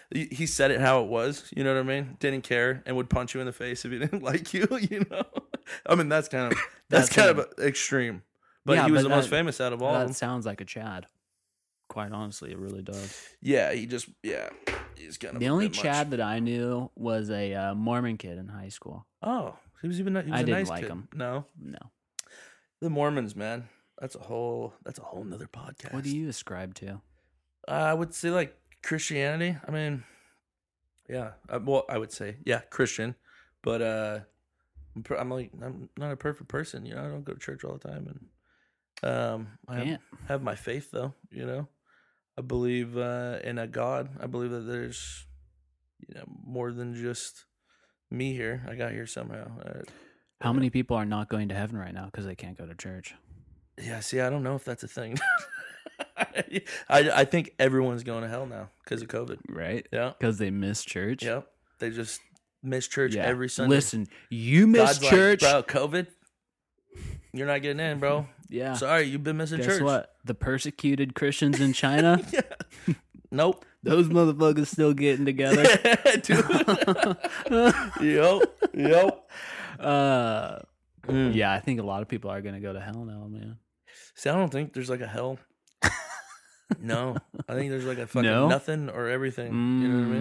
He he said it how it was, you know what I mean? Didn't care and would punch you in the face if he didn't like you, you know. I mean, that's kind of That's that's, kind of extreme. But Yeah, he was but the most that- famous out of all. of that them. sounds like a Chad. Quite honestly, it really does. Yeah, he just yeah, he's kind of The a only bit much. Chad that I knew was a uh, Mormon kid in high school. Oh, he was even he was I a didn't nice like kid. him. No, No. the Mormons, man. That's a whole that's a whole nother podcast. What do you ascribe to? I would say like Christianity. I mean, Yeah. Uh, well, I would say, yeah, Christian, but uh, I'm, per- I'm like, I'm not a perfect person. You know, I don't go to church all the time, and um, I have, Can't. have my faith though. You know, I believe uh, in a God. I believe that there's, you know, more than just me here. I got here somehow. Uh, How many people are not going to heaven right now because they can't go to church? yeah. See, I don't know if that's a thing. I I think everyone's going to hell now because of COVID. Right? Yeah. Because they miss church. Yep. They just miss church Yeah. every Sunday. Listen, you miss God's like, church. bro, COVID, you're not getting in, bro. yeah. Sorry, you've been missing Guess church. what? The persecuted Christians in China, Nope. those motherfuckers still getting together. Dude. yep. Yep. Uh, Hmm. yeah, I think a lot of people are going to go to hell now, man. See, I don't think there's like a hell. no, I think there's like a fucking No? nothing or everything. You know what I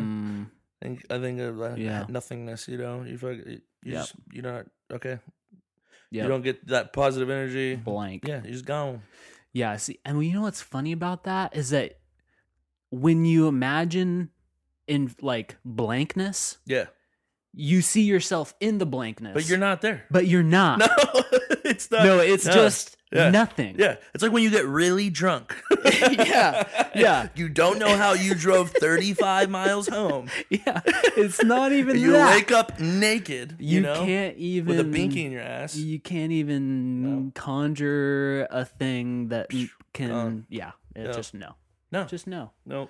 Mm, mean? I think I think of like Yeah. nothingness. You know, you fuck, you Yep. just you're not okay. yep. You don't get that positive energy. blank. Yeah, you're just gone. Yeah, see, and you know what's funny about that is that when you imagine in like blankness, Yeah, you see yourself in the blankness, but you're not there. But you're not. No, it's not. No, it's no. just Yeah. nothing. Yeah, it's like when you get really drunk. Yeah, yeah. You don't know how you drove 35 miles home. Yeah, it's not even You that. wake up naked, you, you know, can't even with a binky in your ass. You can't even No. conjure a thing that m- can. gone. yeah, it No. just no, No, just no. no.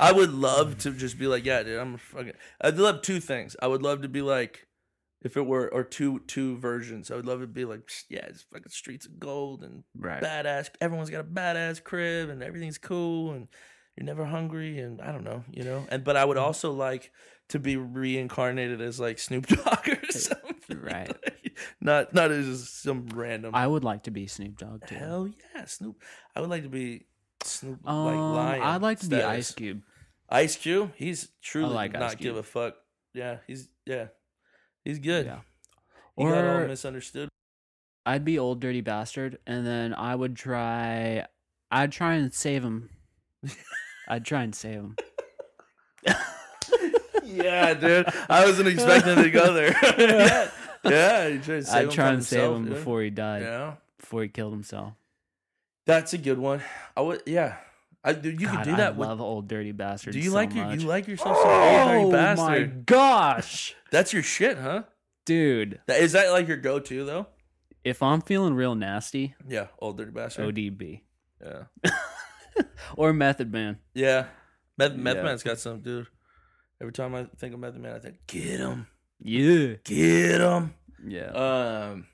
I would love to just be like, yeah, dude, I'm a fucking. I'd love two things. I would love to be like, if it were, or two two versions. I would love to be like, yeah, it's fucking streets of gold and Right. badass. Everyone's got a badass crib, and everything's cool, and you're never hungry, and I don't know, you know. And but I would Mm-hmm. also like to be reincarnated as like Snoop Dogg or something, Right. Like, not not as just some random. I would like to be Snoop Dogg too. Hell yeah, Snoop. I would like to be Snoop um, like lion. I'd like to be status. Ice Cube. Ice Cube. He's truly like Ice not give Cube. a fuck. Yeah, he's yeah, he's good. Yeah. He got all Or- misunderstood. I'd be old dirty bastard, and then I would try. I'd try and save him. I'd try and save him. yeah, dude. I wasn't expecting to go there. yeah, yeah. He tried to save I'd try from and save himself, him yeah. before he died, Yeah, before he killed himself. that's a good one. I would. Yeah, I dude, You God, could do that. I with, love old dirty bastard. do you so like your much. Oh you like yourself some old dirty my bastard? gosh, That's your shit, huh? dude! That, is that like your go-to though? If I'm feeling real nasty, Yeah, old dirty bastard. ODB yeah, or Method Man. yeah. Meth, Meth Yeah. Man's got some dude. Every time I think of Method Man, I think get him, Yeah, get him. yeah. Um,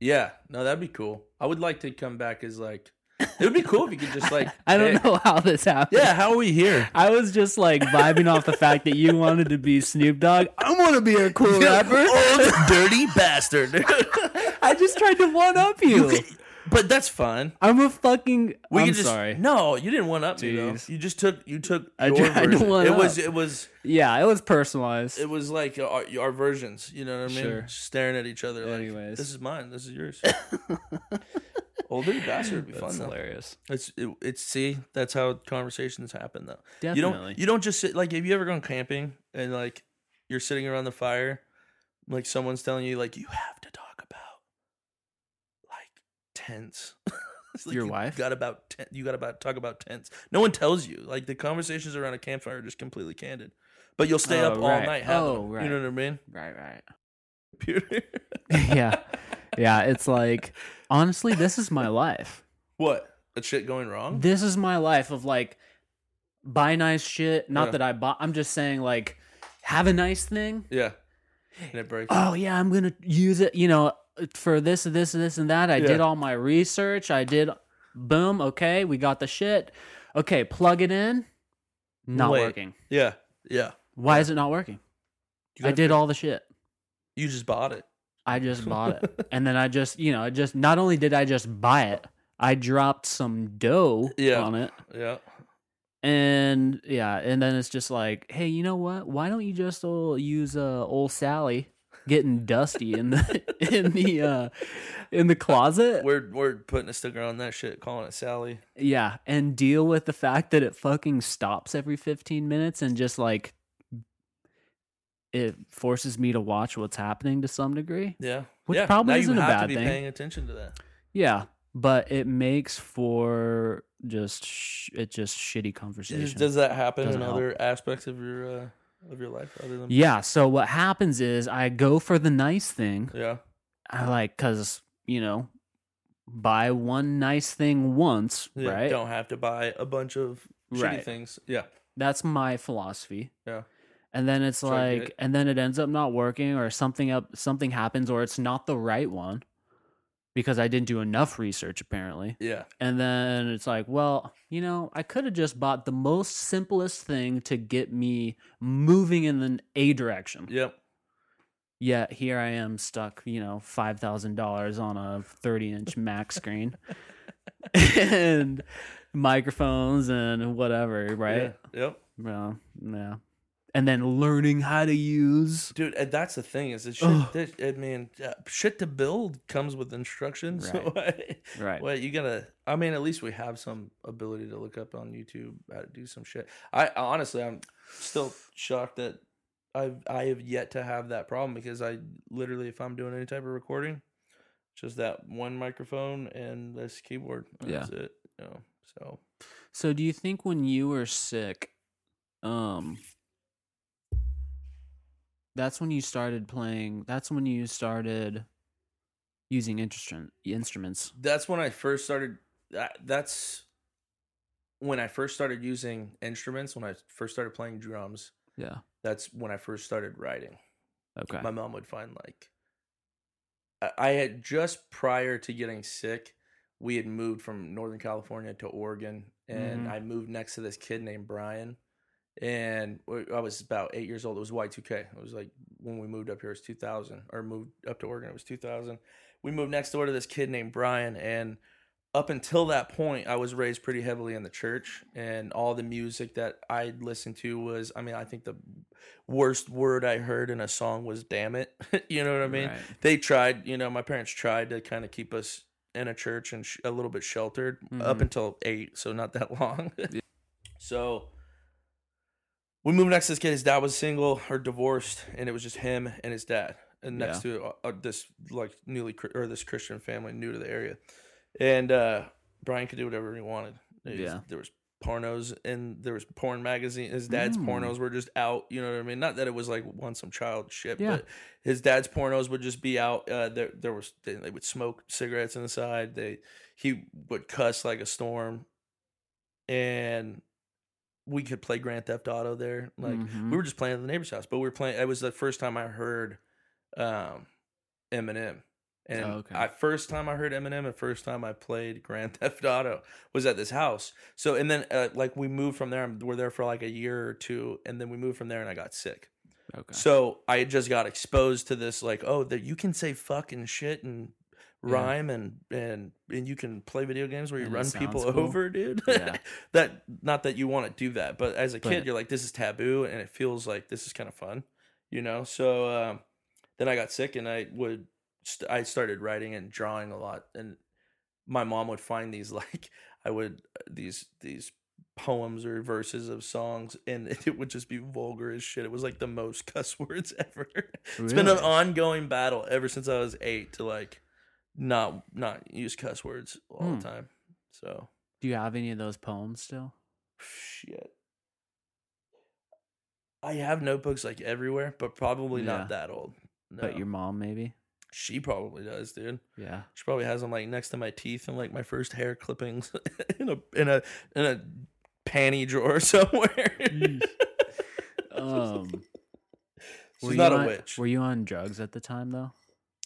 yeah, no, that'd be cool. I would like to come back as like, it would be cool if you could just like, I pick- don't know how this happened. Yeah, how are we here? I was just like vibing off the fact that you wanted to be Snoop Dogg. I want to be a cool rapper. Old dirty bastard. dude. I just tried to one up you. but that's fun. I'm a fucking. We I'm could just, sorry. No, you didn't one up me though. Jeez. You just took you took. I your tried to version. one It was up. it was Yeah, it was personalized. it was like our, our versions. You know what I mean? Sure. Staring at each other. Like, Anyways. this is mine. This is yours. Old dirty bastard would be That's fun though. hilarious. It's it, it's see that's how conversations happen though. You Definitely. don't you don't just sit like have you ever gone camping and like you're sitting around the fire, like someone's telling you like you have to talk about like tents. It's like, Your you wife? got about ten, you got about talk about tents. No one tells you like the conversations around a campfire are just completely candid, but you'll stay Oh, up all right. night. Having Oh, them. right. You know what I mean? Right, right. Computer. yeah, yeah. It's like honestly, this is my life. what? That shit going wrong? This is my life of like buy nice shit. Not Yeah. that I bought. I'm just saying like have a nice thing. yeah. And it breaks. oh yeah, I'm gonna use it, you know, for this, this, this, and that. I Yeah. did all my research. I did, boom. Okay, we got the shit. Okay, plug it in. Not Wait. working. yeah. Yeah. Why is it not working? You I gotta did all the shit. You just bought it. I just bought it, and then I just, you know, I just not only did I just buy it, I dropped some dough Yeah. on it, Yeah. and yeah, and then it's just like, hey, you know what? Why don't you just uh, use uh, old Sally? Getting dusty in the in the uh, in the closet. We're we're putting a sticker on that shit, calling it Sally. Yeah, and deal with the fact that it fucking stops every 15 minutes and just like it forces me to watch what's happening to some degree. Yeah. Which yeah. probably now isn't you a have bad to be thing. paying attention to that. Yeah, but it makes for just sh- it just shitty conversation. Does, does that happen Doesn't in help. other aspects of your uh, of your life other than yeah, so what happens is I go for the nice thing. Yeah. I like cuz, you know, buy one nice thing once, Yeah. right? Don't have to buy a bunch of shitty Right. things. Yeah. That's my philosophy. Yeah. And then it's So I get like it. and then it ends up not working or something up something happens or it's not the right one because I didn't do enough research apparently. Yeah. And then it's like, well, you know, I could have just bought the most simplest thing to get me moving in the a direction. Yep. Yet here I am stuck, you know, five thousand dollars on a thirty-inch Mac screen and microphones and whatever, right? Yeah. Yep. Yeah. yeah. And then learning how to use. Dude, and that's the thing is that shit. Ugh. That, I mean, uh, shit to build comes with instructions. So I- Right. Well, you gotta. I mean, at least we have some ability to look up on YouTube how to do some shit. I honestly, I'm still shocked that I've I have yet to have that problem because I literally, if I'm doing any type of recording, it's just that one microphone and this keyboard. and Yeah. That's it. You know, so So do you think when you were sick, um that's when you started playing that's when you started using instrument instruments. that's when I first started. That, that's when I first started using instruments. When I first started playing drums, Yeah. that's when I first started writing. Okay. my mom would find like I- I had just prior to getting sick, we had moved from Northern California to Oregon, and Mhm. I moved next to this kid named Brian, and we- I was about eight years old. It was Y two K. It was like when we moved up here it was two thousand, or moved up to Oregon it was two thousand. We moved next door to this kid named Brian, and up until that point, I was raised pretty heavily in the church, and all the music that I listened to was, I mean, I think the worst word I heard in a song was "damn it." you know what I mean? Right. They tried, you know, my parents tried to kind of keep us in a church and sh- a little bit sheltered up Mhm. until eight, so not that long. So we moved next to this kid. His dad was single or divorced, and it was just him and his dad, and next to uh, uh, this like newly Chri- or this Christian family new to the area, and uh, Brian could do whatever he wanted. He was- Yeah. there was pornos and there was porn magazine. His dad's Mm. pornos were just out. You know what I mean? Not that it was like on some child shit, Yeah. but his dad's pornos would just be out. Uh, there, there was they, they would smoke cigarettes inside. They he would cuss like a storm, and we could play Grand Theft Auto there. Like Mhm. we were just playing at the neighbor's house, but we were playing. It was the first time I heard um, Eminem, and Oh, okay. I first time I heard Eminem, and first time I played Grand Theft Auto was at this house. So and then uh, like we moved from there. and We're there for like a year or two, and then we moved from there, and I got sick. Mm-hmm. okay. So I just got exposed to this, like, oh, that you can say fuck and shit and Yeah. rhyme and and and you can play video games where you And it run sounds people cool. over, dude. Yeah. that not that you want to do that, but as a kid, But- you're like, this is taboo, and it feels like this is kind of fun, you know. So um, then I got sick, and I would st- I started writing and drawing a lot, and my mom would find these like I would uh, these these poems or verses of songs and it would just be vulgar as shit. It was like the most cuss words ever. It's been an Really? ongoing battle ever since I was 8 to like not not use cuss words all Hmm. the time. So, Do you have any of those poems still? shit. I have notebooks like everywhere, but probably Yeah. not that old. No. But your mom maybe? she probably does, dude. Yeah. She probably has them like next to my teeth and like my first hair clippings in a in a in a panty drawer somewhere. Yeesh. Um were She's you not a on- witch. Were you on drugs at the time though?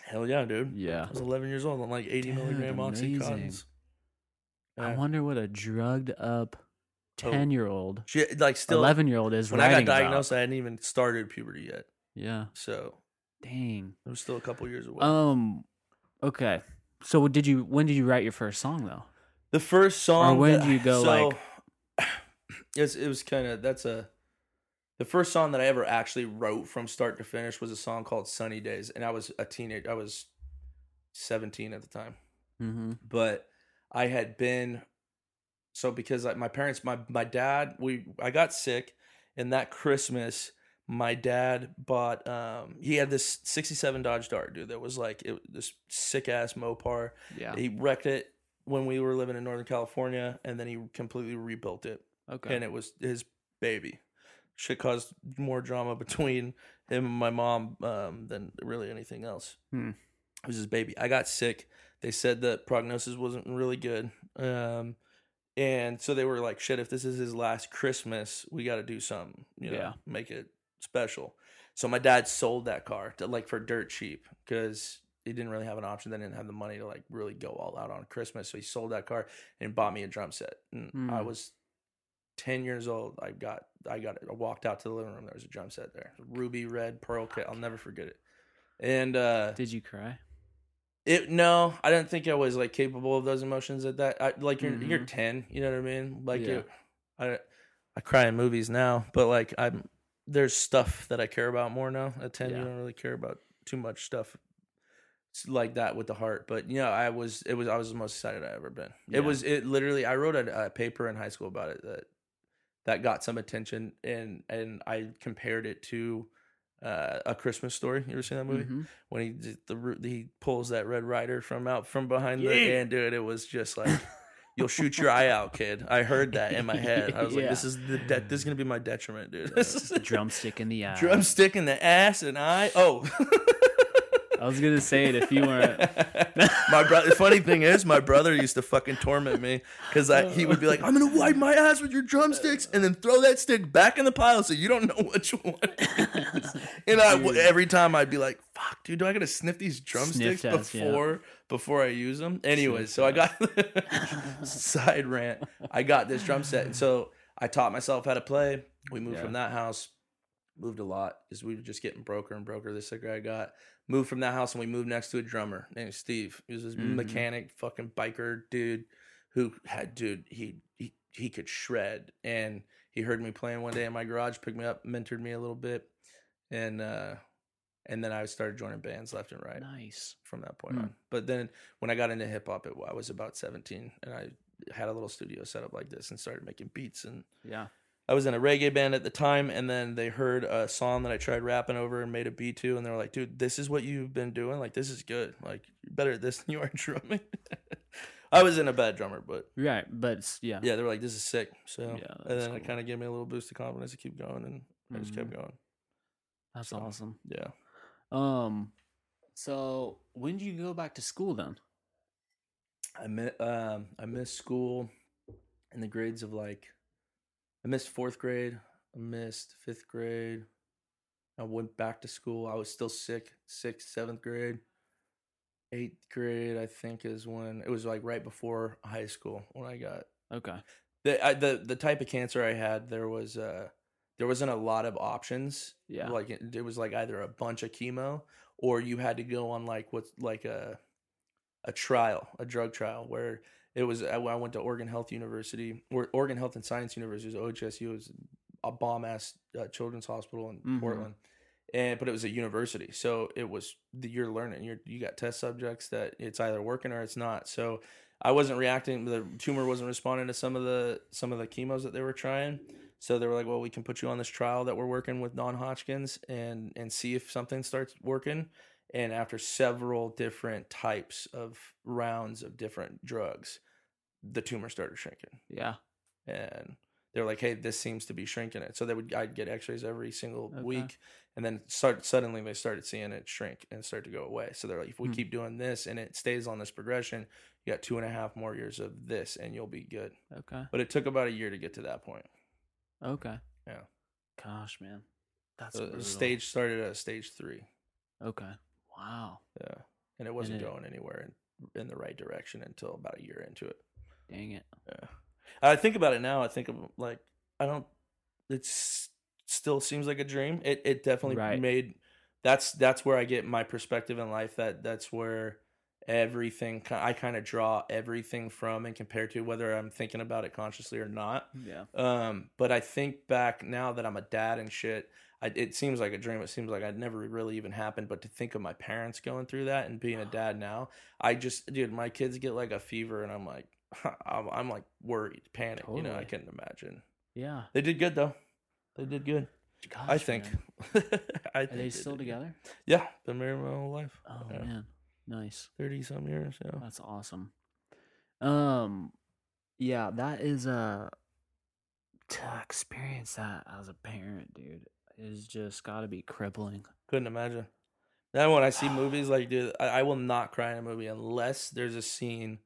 Hell yeah, dude. Yeah. I was 11 years old on like 80 Dude, milligram amazing. oxycontins. I Yeah. wonder what a drugged up Oh. 10-year-old, She, like still 11-year-old is when I writing got about. diagnosed, I hadn't even started puberty yet, Yeah. so Dang. it was still a couple years away. Um. Okay. So did you? When did you write your first song though? the first song. when that- do you go, like- it's, it was kind of that's a the first song that I ever actually wrote from start to finish was a song called "Sunny Days," and I was a teenager. I was 17 at the time. Mm-hmm. but I had been so because like my parents my my dad we I got sick and that Christmas my dad bought um he had this 67 Dodge Dart dude that was like it, this sick ass Mopar. Yeah. He wrecked it when we were living in Northern California and then he completely rebuilt it Okay. and it was his baby. Shit caused more drama between him and my mom um, than really anything else. Hmm. It was his baby. I got sick. They said that prognosis wasn't really good, um, and so they were like, "Shit, if this is his last Christmas, we got to do something. You know, Yeah. make it special." So my dad sold that car to, like for dirt cheap because he didn't really have an option. They didn't have the money to like really go all out on Christmas, so he sold that car and bought me a drum set. And Hmm. I was 10 years old i got i got I walked out to the living room there was a drum set there ruby red pearl kit i'll never forget it and uh Did you cry? it no i don't think i was like capable of those emotions at that I, like you're you're Mhm. 10 you know what i mean like Yeah. it, i i cry in movies now but like i'm there's stuff that i care about more now at 10 Yeah. you don't really care about too much stuff s- like that with the heart but you know i was it was i was the most excited i ever been Yeah. it was it literally i wrote a, a paper in high school about it that that got some attention and and i compared it to uh, a christmas story you ever seen that movie Mhm. when he did the ru- he pulls that red rider from out from behind the Yeah. and dude it was just like you'll shoot your eye out kid i heard that in my head i was like Yeah. this is the de- this is gonna be my detriment dude this is Drumstick in the eye. drumstick in the ass and i oh I was gonna say it if you weren't. my brother. The funny thing is, my brother used to fucking torment me because he would be like, "I'm gonna wipe my ass with your drumsticks and then throw that stick back in the pile so you don't know which one." it is." and I, Dude. every time I'd be like, "Fuck, dude, do I gotta sniff these drumsticks test, yeah. before before I use them?" Anyway, so I got side rant. I got this drum set, and so I taught myself how to play. We moved Yeah. from that house moved a lot because we were just getting broker and broker. The cigarette I got moved from that house and we moved next to a drummer named Steve. He was this Mhm. mechanic, fucking biker dude who had dude he he he could shred and he heard me playing one day in my garage, picked me up, mentored me a little bit, and uh and then I started joining bands left and right Nice. from that point Hmm. on. But then when I got into hip hop, it I was about seventeen and I had a little studio set up like this and started making beats and Yeah. I was in a reggae band at the time, and then they heard a song that I tried rapping over and made a beat to, and they were like, "Dude, this is what you've been doing. Like, this is good. Like, you're better at this than you are at drumming." I was in a bad drummer, but Right, but it's- yeah. yeah, they were like, "This is sick." So, Yeah, and that's then it cool. kind of gave me a little boost of confidence to keep going, and I just kept going. That's so- awesome. Yeah, Um, so when did you go back to school then? I mi- um, I missed school in the grades of like, I missed fourth grade, I missed fifth grade. I went back to school. I was still sick, sixth, seventh grade. Eighth grade, I think, is when it was like right before high school when I got Okay. the I, the the type of cancer I had. There was uh there wasn't a lot of options. Yeah. like it, it was like either a bunch of chemo or you had to go on like what's like a a trial, a drug trial where it was I I went to Oregon Health University or Oregon Health and Science University, it was OHSU, it was a bomb ass uh, children's hospital in Mhm. Portland. And but it was a university, so it was the, you're learning. You you got test subjects that it's either working or it's not. So I wasn't reacting. The tumor wasn't responding to some of the some of the chemo's that they were trying. So they were like, "Well, we can put you on this trial that we're working with non-Hodgkin's and and see if something starts working." And after several different types of rounds of different drugs, the tumor started shrinking Yeah. and they're like, "Hey, this seems to be shrinking it." So they would, I'd get X-rays every single Okay. week, and then start suddenly they started seeing it shrink and start to go away. So they're like, "If we Hmm. keep doing this and it stays on this progression, you got two and a half more years of this, and you'll be good." Okay. But it took about a year to get to that point. Okay. Yeah. Gosh, man. That's So brutal. Uh, the stage started at stage three, Okay. Wow. yeah, and it wasn't it- going anywhere in, in the right direction until about a year into it. Dang it. Yeah. I think about it now. I think of like I don't. It's still seems like a dream. It it definitely Right. made. That's that's where I get my perspective in life. That that's where everything ki- I kind of draw everything from and compare to whether I'm thinking about it consciously or not. Yeah. Um, but I think back now that I'm a dad and shit, I, it seems like a dream. It seems like I'd never really even happened. But to think of my parents going through that and being a dad now, I just, dude, my kids get like a fever, and I'm like, I'm, I'm like worried, panic. You know, Totally. I couldn't imagine. Yeah. They did good though. They did good. Gosh, I think. man. I Are they think still it- together? Yeah, been married my whole life. Oh Yeah. man, nice. Thirty some years. Yeah. That's awesome. Um, yeah, that is a to experience that as a parent, dude, is just got to be crippling. Couldn't imagine. Now when I see movies like, dude, I, I will not cry in a movie unless there's a scene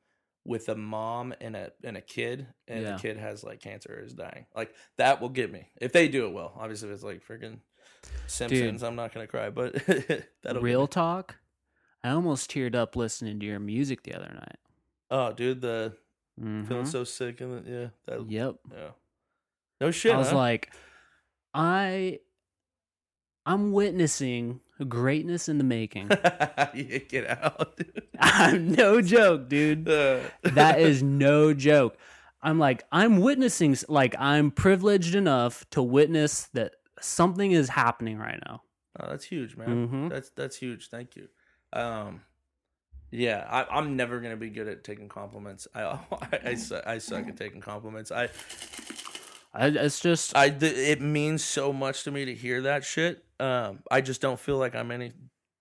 with a mom and a and a kid, and Yeah. the kid has like cancer or is dying. Like that will get me if they do it well. Obviously, if it's like freaking Simpsons, I'm not gonna cry, but that'll get Real me. talk. I almost teared up listening to your music the other night. Oh, dude, the feeling Mhm. so sick and the, yeah, that, yep. yeah. No shit. I was huh? like, I, I'm witnessing greatness in the making. yeah, get out. dude. I'm no joke, dude. Uh, That is no joke. I'm like, I'm witnessing, s- like, I'm privileged enough to witness that something is happening right now. Oh, that's huge, man. Mhm. That's that's huge. Thank you. Um, yeah, I, I'm never gonna be good at taking compliments. I I, I, su- I suck at taking compliments. I I, it's just, I th- it means so much to me to hear that shit. Um, I just don't feel like I'm any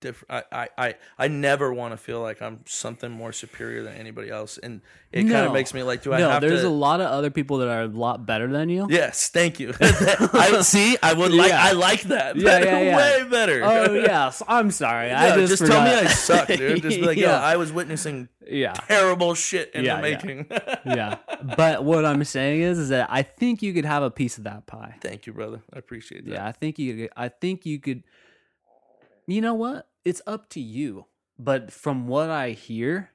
different. I I I, I never want to feel like I'm something more superior than anybody else, and it kind No. of makes me like, do I no, have there's a to? lot of other people that are a lot better than you. Yes, thank you. I see. I would like. Yeah. I like that. Yeah, yeah, yeah. Way better. Oh, yes. I'm sorry. I No, just, just, tell me forgot. I suck, dude. Just be like, yo, yeah. I was witnessing yeah. terrible shit in Yeah, yeah. the making. Yeah. But what I'm saying is, is that I think you could have a piece of that pie. Thank you, brother. I appreciate that. Yeah, I think you. I think you could. You know what? It's up to you. But from what I hear,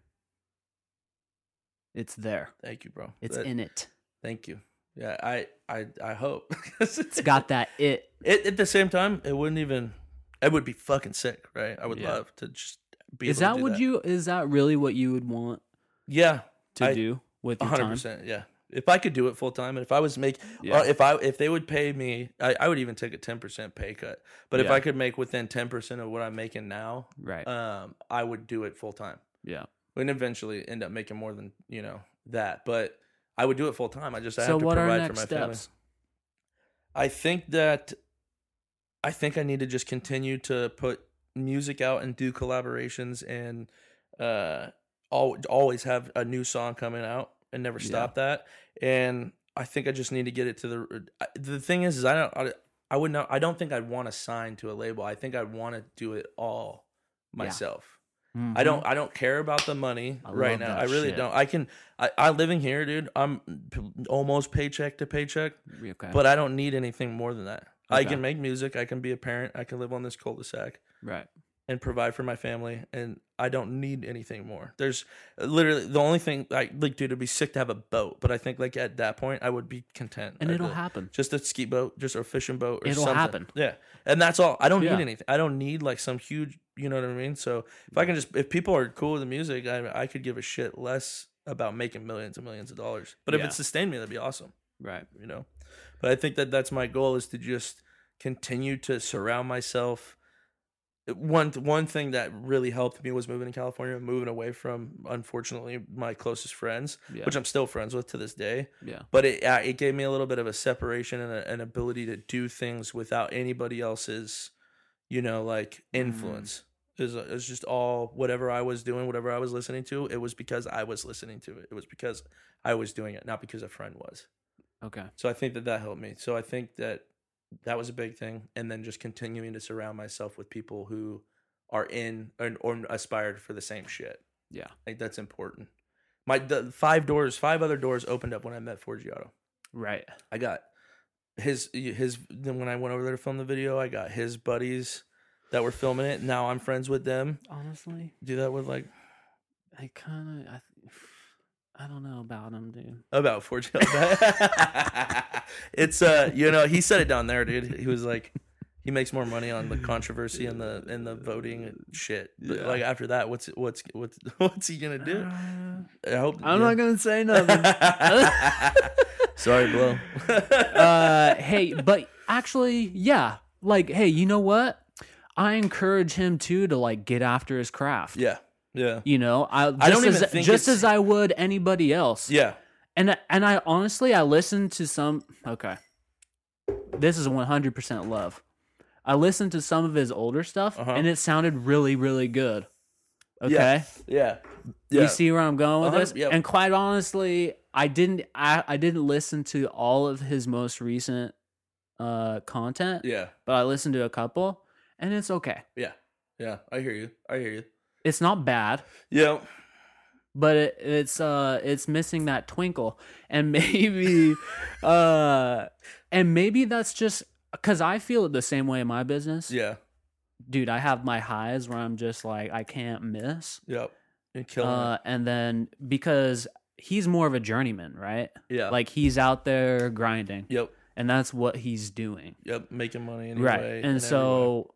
it's there. Thank you, bro. It's That- in it. Thank you. Yeah, I, I, I hope. it's It's got that it. It, at the same time, it wouldn't even. It would be fucking sick, right? I would Yeah. love to just be. Is able to that do what you? Is that really what you would want Yeah, to I- do with your hundred time? percent. Yeah. If I could do it full time, and if I was make, Yeah. uh, if I if they would pay me, I, I would even take a ten percent pay cut. But if Yeah. I could make within ten percent of what I'm making now, Right. um, I would do it full time. yeah. and eventually end up making more than you know that. But I would do it full time. I just I So have to what are provide next for my steps? family. I think that I think I need to just continue to put music out and do collaborations and uh al- always have a new song coming out and never Yeah. stop that. And I think I just need to get it to the I- the thing is, is I don't I, I would not I don't think I'd want to sign to a label. I think I'd want to do it all Yeah. myself. I Mhm. don't I don't care about the money I love right now. that I really shit. don't. I can I, I living here, dude. I'm p- almost paycheck to paycheck, Okay. but I don't need anything more than that. I Okay. can make music, I can be a parent, I can live on this cul-de-sac right. and provide for my family and I don't need anything more. There's literally the only thing like like dude it'd be sick to have a boat, but I think like at that point I would be content. And I'd it'll be- happen. just a ski boat, just a fishing boat or It'll something. happen. Yeah. And that's all. I don't Yeah. need anything. I don't need like some huge, you know what I mean? So if I can just if people are cool with the music, I I could give a shit less about making millions and millions of dollars. But if Yeah. it sustained me, that'd be awesome, Right. you know. But I think that that's my goal is to just continue to surround myself one one thing that really helped me was moving to California, and moving away from unfortunately my closest friends, Yeah. which I'm still friends with to this day yeah. but it uh, it gave me a little bit of a separation and a, an ability to do things without anybody else's you know like influence Mm. Is it was just all whatever I was doing, whatever I was listening to. It was because I was listening to it. It was because I was doing it, not because a friend was. Okay. So I think that that helped me. So I think that that was a big thing, and then just continuing to surround myself with people who are in or, or aspired for the same shit. Yeah. Like that's important. My the five doors, five other doors opened up when I met Forgiato. Right. I got his his then when I went over there to film the video, I got his buddies that were filming it. Now I'm friends with them. Honestly, Do that with like I kind of, I, I don't know about him, dude. about four jail. it's uh you know, he said it down there, dude. He was like he makes more money on the controversy and the and the voting shit. But Yeah. like after that, what's what's what's what's he gonna do? Uh, I hope I'm not gonna say nothing. gonna Sorry, blow. uh, hey, but actually, yeah. Like, hey, you know what? I encourage him too to like get after his craft. yeah. Yeah. You know, I just don't as, even think just it's- as I would anybody else. Yeah. And and I honestly I listened to some okay. this is 100% love. I listened to some of his older stuff Uh-huh. and it sounded really, really good. Okay. Yeah. Yeah. You see where I'm going with Uh-huh, this? yeah. And quite honestly, I didn't I, I didn't listen to all of his most recent uh content, yeah. but I listened to a couple and it's okay. Yeah. Yeah. I hear you. I hear you. It's not bad, Yeah. but it, it's uh it's missing that twinkle. And maybe uh and maybe that's just cuz I feel it the same way in my business. Yeah. Dude, I have my highs where I'm just like I can't miss. Yep. And killing Uh, and then because he's more of a journeyman, right? it. Yeah. Like he's out there grinding, Yep. and that's what he's doing, Yep. Making money anyway. right? And, in every way. so,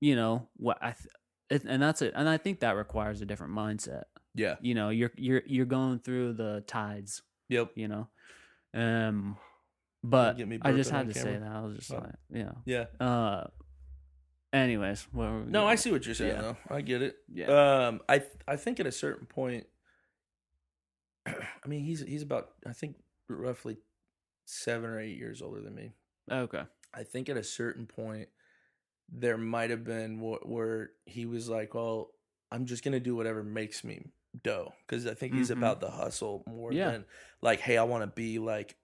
you know what I, th- it, and that's it. And I think that requires a different mindset. Yeah. You know, you're you're you're going through the tides. Yep. You know, um, but get me I just burping had on to say camera. that. I was just Oh. like, you know, Yeah. uh. Anyways, what were we No, I getting see what you're saying Yeah. though. I get it. at? Yeah. Um, I th- I think at a certain point, I mean he's he's about I think roughly seven or eight years older than me. okay. I think at a certain point there might have been wh- where he was like, "Well, I'm just gonna do whatever makes me dough," because I think he's Mhm. about the hustle more Yeah. than like, "Hey, I want to be like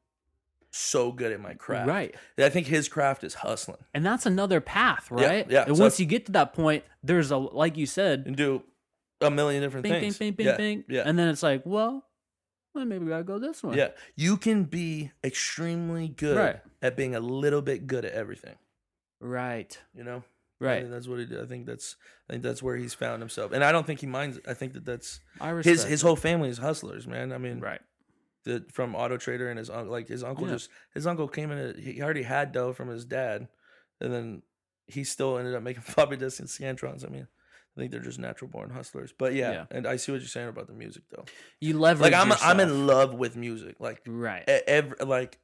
so good at my craft." Right. I think his craft is hustling And that's another path, Yeah, right? yeah. And once So that's- you get to that point, there's a like you said, and do a million different bing, bing, things. bing, bing, yeah. bing, Yeah. and then it's like, well, well maybe I gotta go this way. Yeah, you can be extremely good Right. at being a little bit good at everything. Right. You know, I Right. think that's what he did. I think that's I think that's where he's found himself, and I don't think he minds. I think that that's I respect his his whole family is hustlers, man. I mean, right. the, from Auto Trader and his uncle, like his uncle Yeah. just his uncle came in. and He already had dough from his dad, and then he still ended up making floppy disks and scantrons. I mean. I think they're just natural born hustlers, but yeah, Yeah. and I see what you're saying about the music though. You leverage Like I'm, yourself. I'm in love with music. Like Right. e- every like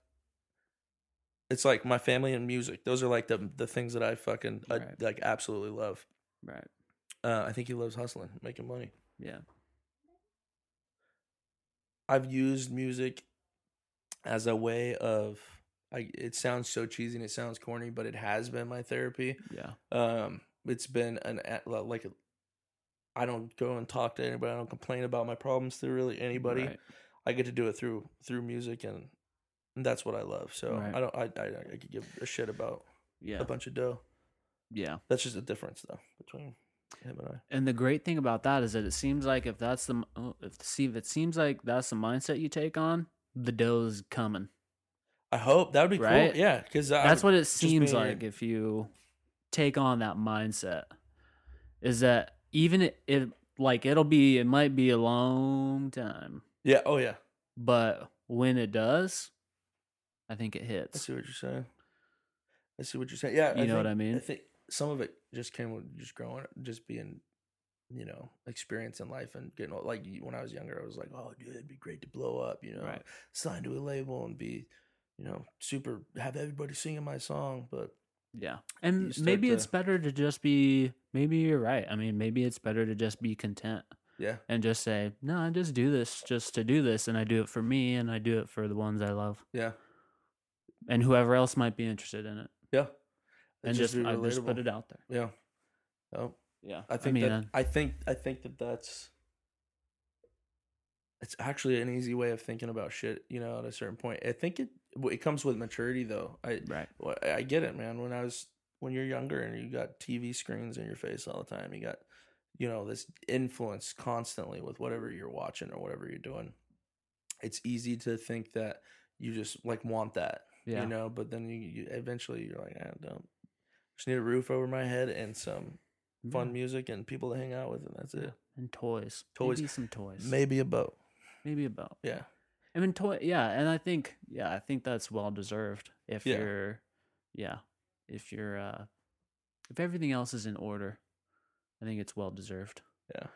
it's like my family and music those are like the the things that i fucking uh, Right. like absolutely love Right. uh, i think he loves hustling making money Yeah. i've used music as a way of I, it sounds so cheesy and it sounds corny but it has been my therapy Yeah. um it's been an a- like a, i don't go and talk to anybody i don't complain about my problems to really anybody Right. I get to do it through through music, and that's what I love. So Right. I don't I, I I could give a shit about Yeah. a bunch of dough. Yeah. That's just a difference though between him and I. And the great thing about that is that it seems like if that's the m- oh, if see if it seems like that's the mindset you take on, the dough's coming. I hope that would be Right? cool. Yeah, because That's what it being seems you. like if you take on that mindset. Is that even it, it like it'll be it might be a long time, Yeah. Oh yeah. but when it does, I think it I hits. see what you're saying. I see what you're saying. Yeah. You know what think- I mean? I think some of it just came with just growing, up, just being, you know, experience in life and getting old. like when I was younger, I was like, oh, dude, it'd be great to blow up, you know, Right. sign to a label and be, you know, super have everybody singing my song, but Yeah. You And start maybe to- it's better to just be maybe you're right. I mean, maybe it's better to just be content yeah, and just say, "No, I just do this just to do this and I do it for me and I do it for the ones I love yeah, and whoever else might be interested in it." yeah. And just, be I just put relatable. it out there. Yeah. Oh, Yeah. I think mean, that, uh, I think I think that that's it's actually an easy way of thinking about shit. You know, at a certain point, I think it well, it comes with maturity though. I right. well, I I get it, man. When I was when you're younger and you got TV screens in your face all the time, you got you know this influence constantly with whatever you're watching or whatever you're doing. It's easy to think that you just like want that, Yeah. you know, but then you, you eventually you're like, I don't just need a roof over my head and some fun music and people to hang out with, and that's it. Mm-hmm. and toys. Toys. Maybe some toys. Maybe, Maybe a boat. maybe about. Yeah. I mean, toy. Yeah, and I think yeah, I think that's well deserved. If Yeah. you're, yeah, if you're, uh if everything else is in order, I think it's well deserved. Yeah.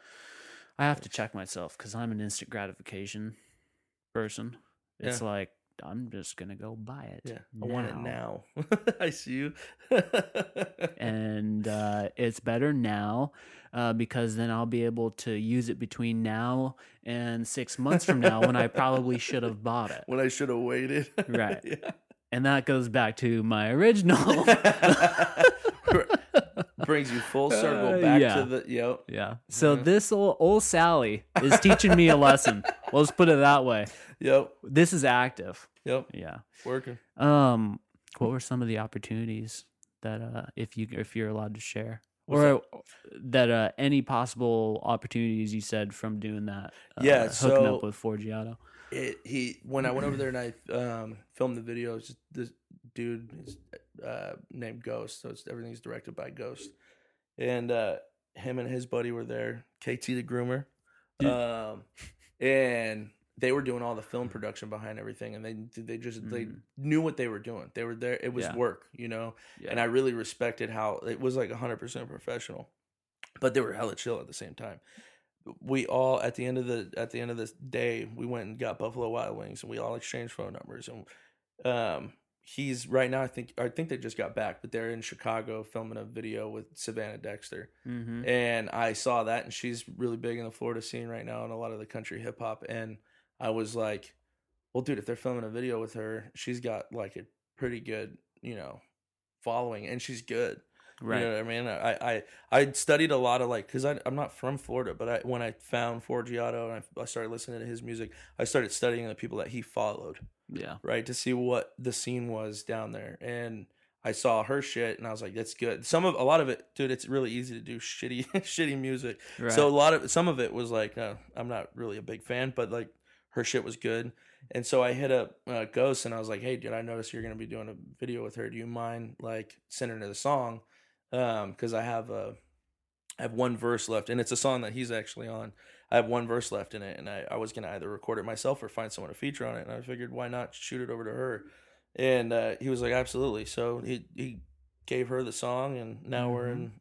I have to check myself because I'm an instant gratification person. It's like I'm just gonna go buy it. Yeah. I want it now. I see you. and uh, it's better now uh, because then I'll be able to use it between now and six months from now when I probably should have bought it. when I should have waited. Right. yeah. And that goes back to my original. Brings you full Oh. Uh, circle back yeah. to the yo. yeah. So Mhm. this old, old Sally is teaching me a lesson. Let's put it that way. Yep. This is active. Yep. Yeah. Working. Um, what were some of the opportunities that uh, if you if you're allowed to share, What's or that uh, any possible opportunities you said from doing that? Uh, Yeah, hooking so- up with Forgiato. It, he when I went over there and I um, filmed the video, it's just this dude is uh, named Ghost, so it's everything's directed by Ghost, and uh, him and his buddy were there, KT the groomer, um, and they were doing all the film production behind everything, and they they just they Mhm. knew what they were doing. They were there. It was Yeah. work, you know, Yeah. and I really respected how it was like 100 percent professional, but they were hella chill at the same time. We all at the end of the at the end of this day, we went and got Buffalo Wild Wings, and we all exchanged phone numbers. And um, he's right now, I think I think they just got back, but they're in Chicago filming a video with Savannah Dexter, Mhm. and I saw that, and she's really big in the Florida scene right now, and a lot of the country hip hop, and I was like, well, dude, if they're filming a video with her, she's got like a pretty good, you know, following, and she's good. right. You know what I mean? I I I studied a lot of like because I'm not from Florida, but I when I found Forgiato and I, I started listening to his music, I started studying the people that he followed, yeah. right, to see what the scene was down there. And I saw her shit, and I was like, that's good. Some of a lot of it, dude. It's really easy to do shitty shitty music. Right. So a lot of some of it was like uh, I'm not really a big fan, but like her shit was good. And so I hit up uh, Ghost and I was like, "Hey, dude, I noticed you're gonna be doing a video with her. Do you mind like sending her the song? Because I have a I have one verse left, and it's a song that he's actually on. I have one verse left in it, and I, I was gonna either record it myself or find someone to feature on it. And I figured, why not shoot it over to her? And uh, he was like, "Absolutely." So he he gave her the song, and now we're Mhm. in.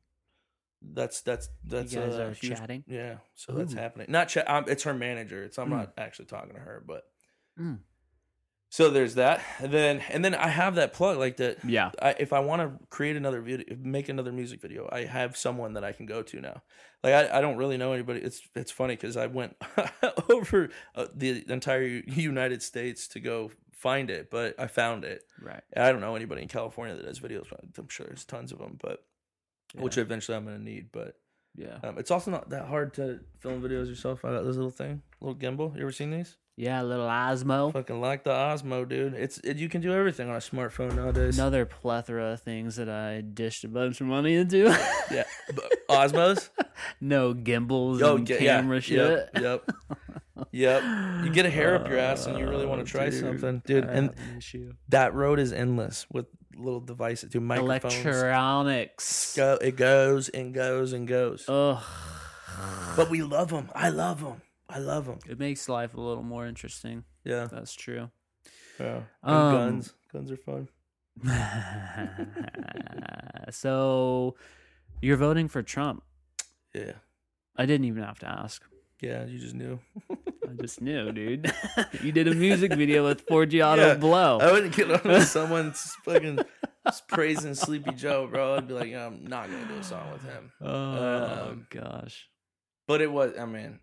That's that's that's you guys a are huge chatting. yeah, so that's Ooh. happening. Not cha- um, it's her manager. It's I'm Mm. not actually talking to her, but Mm. so there's that. And then and then I have that plug like that. Yeah. I, if I want to create another video, make another music video, I have someone that I can go to now. Like I, I don't really know anybody. It's it's funny because I went over uh, the entire United States to go find it, but I found it. Right. And I don't know anybody in California that does videos. but I'm sure there's tons of them, but which Yeah. eventually I'm gonna need, but. yeah. Um, it's also not that hard to film videos yourself. I got this little thing, little gimbal. You ever seen these? Yeah, little Osmo. Fucking like the Osmo, dude. It's it, you can do everything on a smartphone nowadays. Another plethora of things that I dished a bunch of money into. Yeah, but Osmos. no gimbals Yo, and get- yeah, camera shit. Yep, yep, yep. You get a hair up your ass, and you really want Oh, to try dude, uh, something, dude. I And have an issue. that road is endless with little devices, dude. Microphones. electronics. Go, it goes and goes and goes. Ugh. But we love them. I love them. I love them. It makes life a little more interesting. Yeah. That's true. yeah. And Um, guns. Guns are fun. so you're voting for Trump. Yeah. I didn't even have to ask. Yeah. You just knew. I just knew, dude. you did a music video with Forgiato Yeah. Blow. I wouldn't get on with someone s- fucking s- praising Sleepy Joe, bro. I'd be like, I'm not gonna do a song with him. oh Um, gosh. But it was, I mean,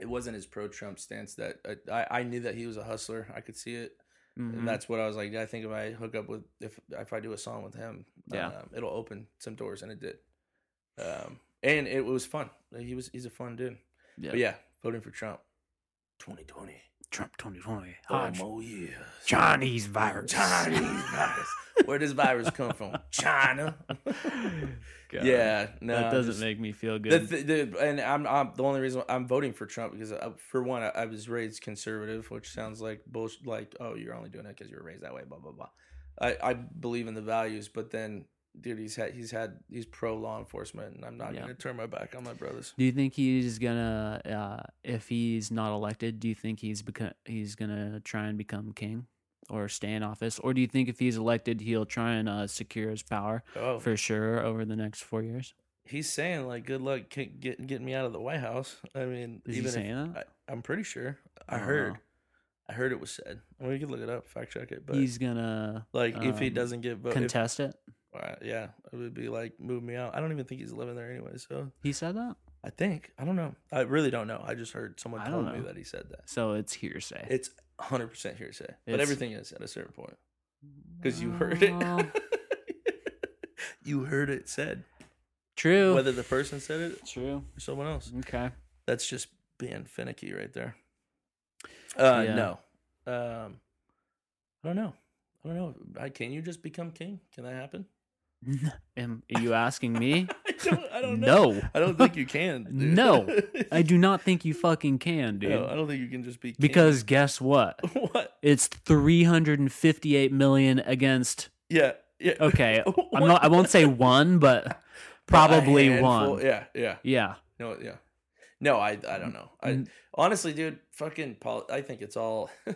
it wasn't his pro Trump stance that I, I, I knew that he was a hustler. I could see it, Mhm. and that's what I was like. I think if I hook up with if if I do a song with him, Yeah. um, it'll open some doors, and it did. Um, and it was fun. He was he's a fun dude. yeah. But yeah, voting for Trump, 2020. Trump 2020. Oh, Hodge. more years. Chinese virus. Chinese virus. Where does virus come from? China. God, yeah, no, that I'm doesn't just- make me feel The, good. the, the, and I'm, I'm the only reason I'm voting for Trump because I, for one I, I was raised conservative, which sounds like bullshit. Like oh, you're only doing it because you were raised that way. Blah blah blah. I, I believe in the values, but then dude, he's had he's had he's pro law enforcement, and I'm not Yeah. gonna turn my back on my brothers. do you think he's gonna, uh, if he's not elected, do you think he's become he's gonna try and become king or stay in office, or do you think if he's elected, he'll try and uh, secure his power Oh, for sure over the next four years? he's saying like good luck ki- get, getting me out of the White House. I mean, Is he even if, saying that? I, I'm pretty sure I I don't heard. know. I heard it was said. Well, you can look it up, fact check it. But he's gonna like, if he um, doesn't get voted, contest it. uh, yeah, it would be like move me out. I don't even think he's living there anyway. So He said that, I think I don't know. I really don't know. I just heard someone I told don't me know. that he said that. so it's hearsay. It's 100 percent hearsay, but It's- everything is at a certain point. because you heard it. Well, you heard it said, True. whether the person said it True. or someone else. Okay. That's just being finicky right there. Uh, Yeah. No, um, I don't know. I don't know. I, can you just become king? Can that happen? Am are you asking me? I don't, I don't know. no. I don't think you can. dude. No, I do not think you fucking can, dude. No, Oh, I don't think you can just be king. because guess what? what? It's 358 million against Yeah. Yeah. Okay. I'm What? not I won't say one, but A probably handful- one. Yeah. Yeah. Yeah. No, yeah. No, I I don't know. I Mm. honestly, dude, fucking pol- I think it's all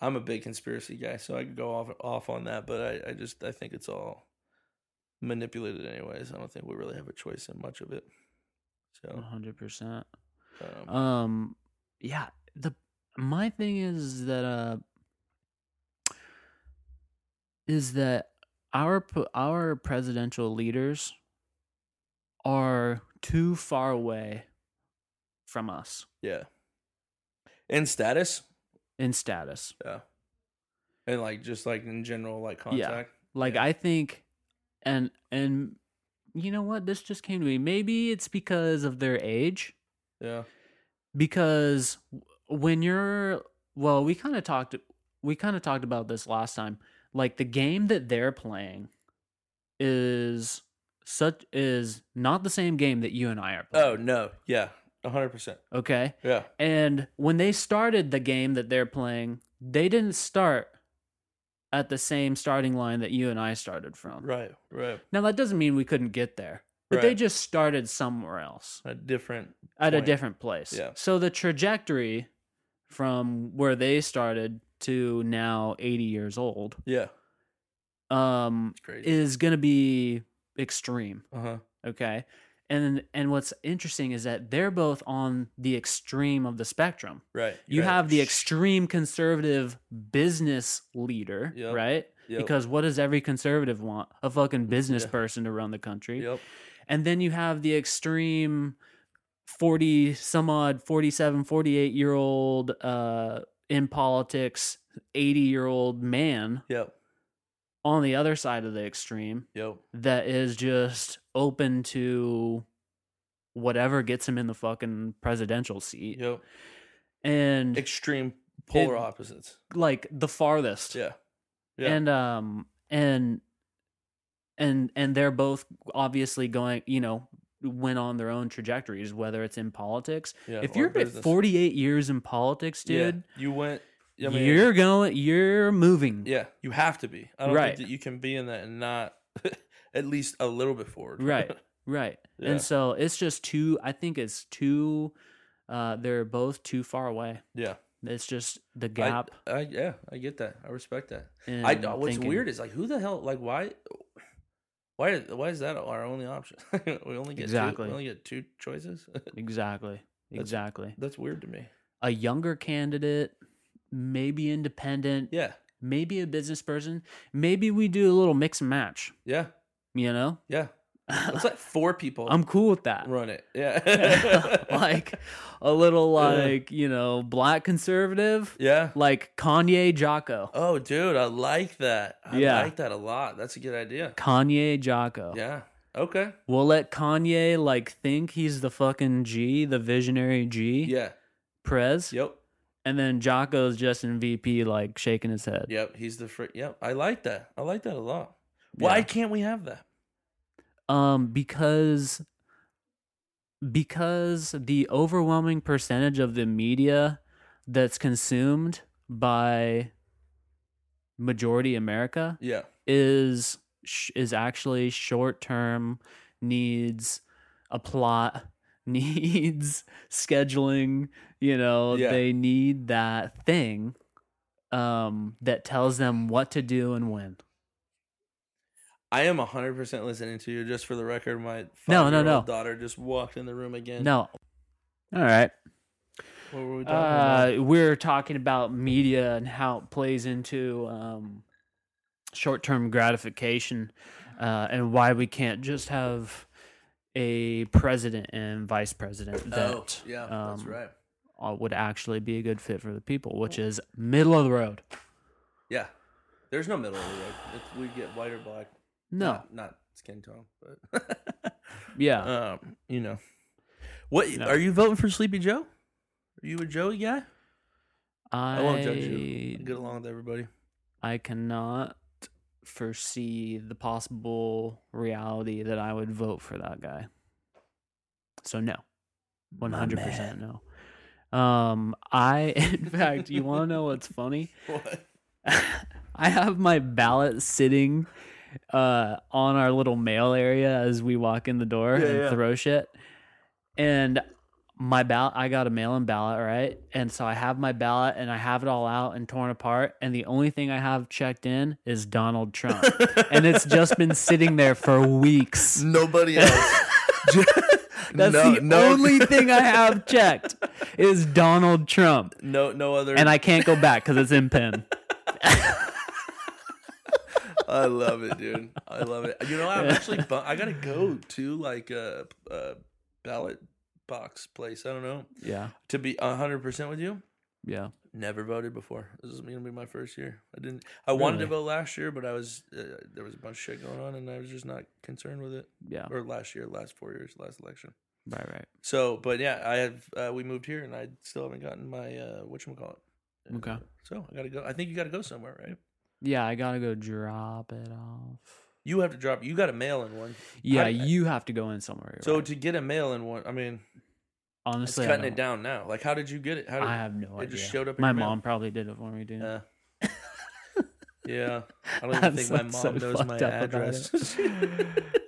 I'm a big conspiracy guy, so I could go off off on that, but I I just I think it's all manipulated anyways. I don't think we really have a choice in much of it. So, 100%. um, Um yeah, the my thing is that uh is that our p- our presidential leaders are too far away from us yeah. And status? in status. Yeah. And like just like in general like Yeah. contact. Like Yeah. I think and and you know what? This just came to me. Maybe it's because of their age. Yeah. because w- when you're well we kind of talked we kind of talked about this last time like the game that they're playing is such is not the same game that you and I are Oh, playing no. Yeah. 100%. oh. okay Yeah. and when they started the game that they're playing they didn't start at the same starting line that you and I started from Right. Right. now that doesn't mean we couldn't get there but they Right. just started somewhere else A different at a point. different place. Yeah. So the trajectory from where they started to now 80 years old Yeah. um It's crazy. is going to be extreme, uh-huh. okay? And and what's interesting is that they're both on the extreme of the spectrum. Right. You right. have the extreme conservative business leader, Yep. right? Yep. Because what does every conservative want? A fucking business Yeah. person to run the country. Yep. and then you have the extreme 40 some odd 47 48 year old uh in politics 80 year old man Yep. on the other side of the extreme Yep. that is just open to whatever gets him in the fucking presidential seat Yep. and Extreme polar It- opposites. like the farthest Yeah. Yeah. and um and and and they're both obviously going you know went on their own trajectories whether it's in politics yeah. if or you're at business. 48 years in politics Yeah, dude you went. I mean, you're going you're moving yeah. You have to be. I don't Right. think that you can be in that and not at least a little bit forward. Right. right Yeah. and so it's just too i think it's too uh they're both too far away yeah. it's just the I- gap I, yeah. I get that. I respect that. in I know what's thinking. weird is like who the hell like why why why is that our only option? we only get Exactly. Two, we only get two choices. exactly That's- exactly That's weird to me. a younger candidate maybe independent Yeah. maybe a business person. Maybe we do a little mix and match, Yeah. you know? Yeah. Let's let four people I'm cool with that. run it. Yeah. like a little Yeah. like, you know, black conservative, Yeah. like Kanye Jocko. Oh, dude, I like that. I Yeah. like that a lot. That's a good idea. Kanye Jocko. Yeah. Okay. We'll let Kanye like think he's the fucking G, the visionary G, Yeah. Prez. Yep. And then Jocko's just in VP like shaking his head. Yep. He's the fr- Yep. I like that. I like that a lot. Why Yeah. can't we have that? Um because because the overwhelming percentage of the media that's consumed by majority America Yeah. is sh- is actually short-term needs a plot needs scheduling you know Yeah. they need that thing um that tells them what to do and when I am 100% listening to you. Just for the record, my No, no, no. five-year-old daughter just walked in the room again. no all right What were we talking about? Uh, we're talking about media and how it plays into um, short-term gratification, uh, and why we can't just have a president and vice president that oh, yeah. that's um, right. Oh. uh, would actually be a good fit for the people, which is middle of the road. Yeah. There's no middle of the road. It's, we get white or black. No. not, not skin tone, but Yeah. um, you know. What No. are you voting for Sleepy Joe? Are you a Joey guy? I, I won't judge you. Get along with everybody. I cannot foresee the possible reality that I would vote for that guy. So no. My 100% no. Um I in fact, you want to know what's funny? What? I have my ballot sitting uh, on our little mail area as we walk in the door Yeah, and yeah. throw shit. And my ballot, I got a mail in ballot, right? And so I have my ballot and I have it all out and torn apart. And the only thing I have checked in is Donald Trump. and it's just been sitting there for weeks. Nobody else. Ju- That's no, the no, only thing I have checked is Donald Trump. no, no other. And I can't go back because it's in pen. I love it, dude. I love it. You know, I'm actually bu- I gotta go to like a, a ballot box place. I don't know. Yeah. To be hundred percent with you, Yeah. never voted before. This is gonna be my first year. I didn't. I wanted to Really? vote last year, but I was uh, there was a bunch of shit going on, and I was just not concerned with it. Yeah. Or last year, last four years, last election. Right, right. So, but yeah, I have. Uh, we moved here, and I still haven't gotten my uh, what you call it. Okay. So I gotta go. I think you gotta go somewhere, right? Yeah, I gotta go drop it off. You have to drop. You got a mail in one. Yeah, I- you have to go in somewhere. So right? to get a mail in one, I mean, it's honestly, I, cutting it don't- down now. Like, how did you get it? How did I have no it idea. just showed up in My your mail? mom probably did it for me, dude. Uh, yeah, I don't even I'm think so- my mom so knows my fucked up about address.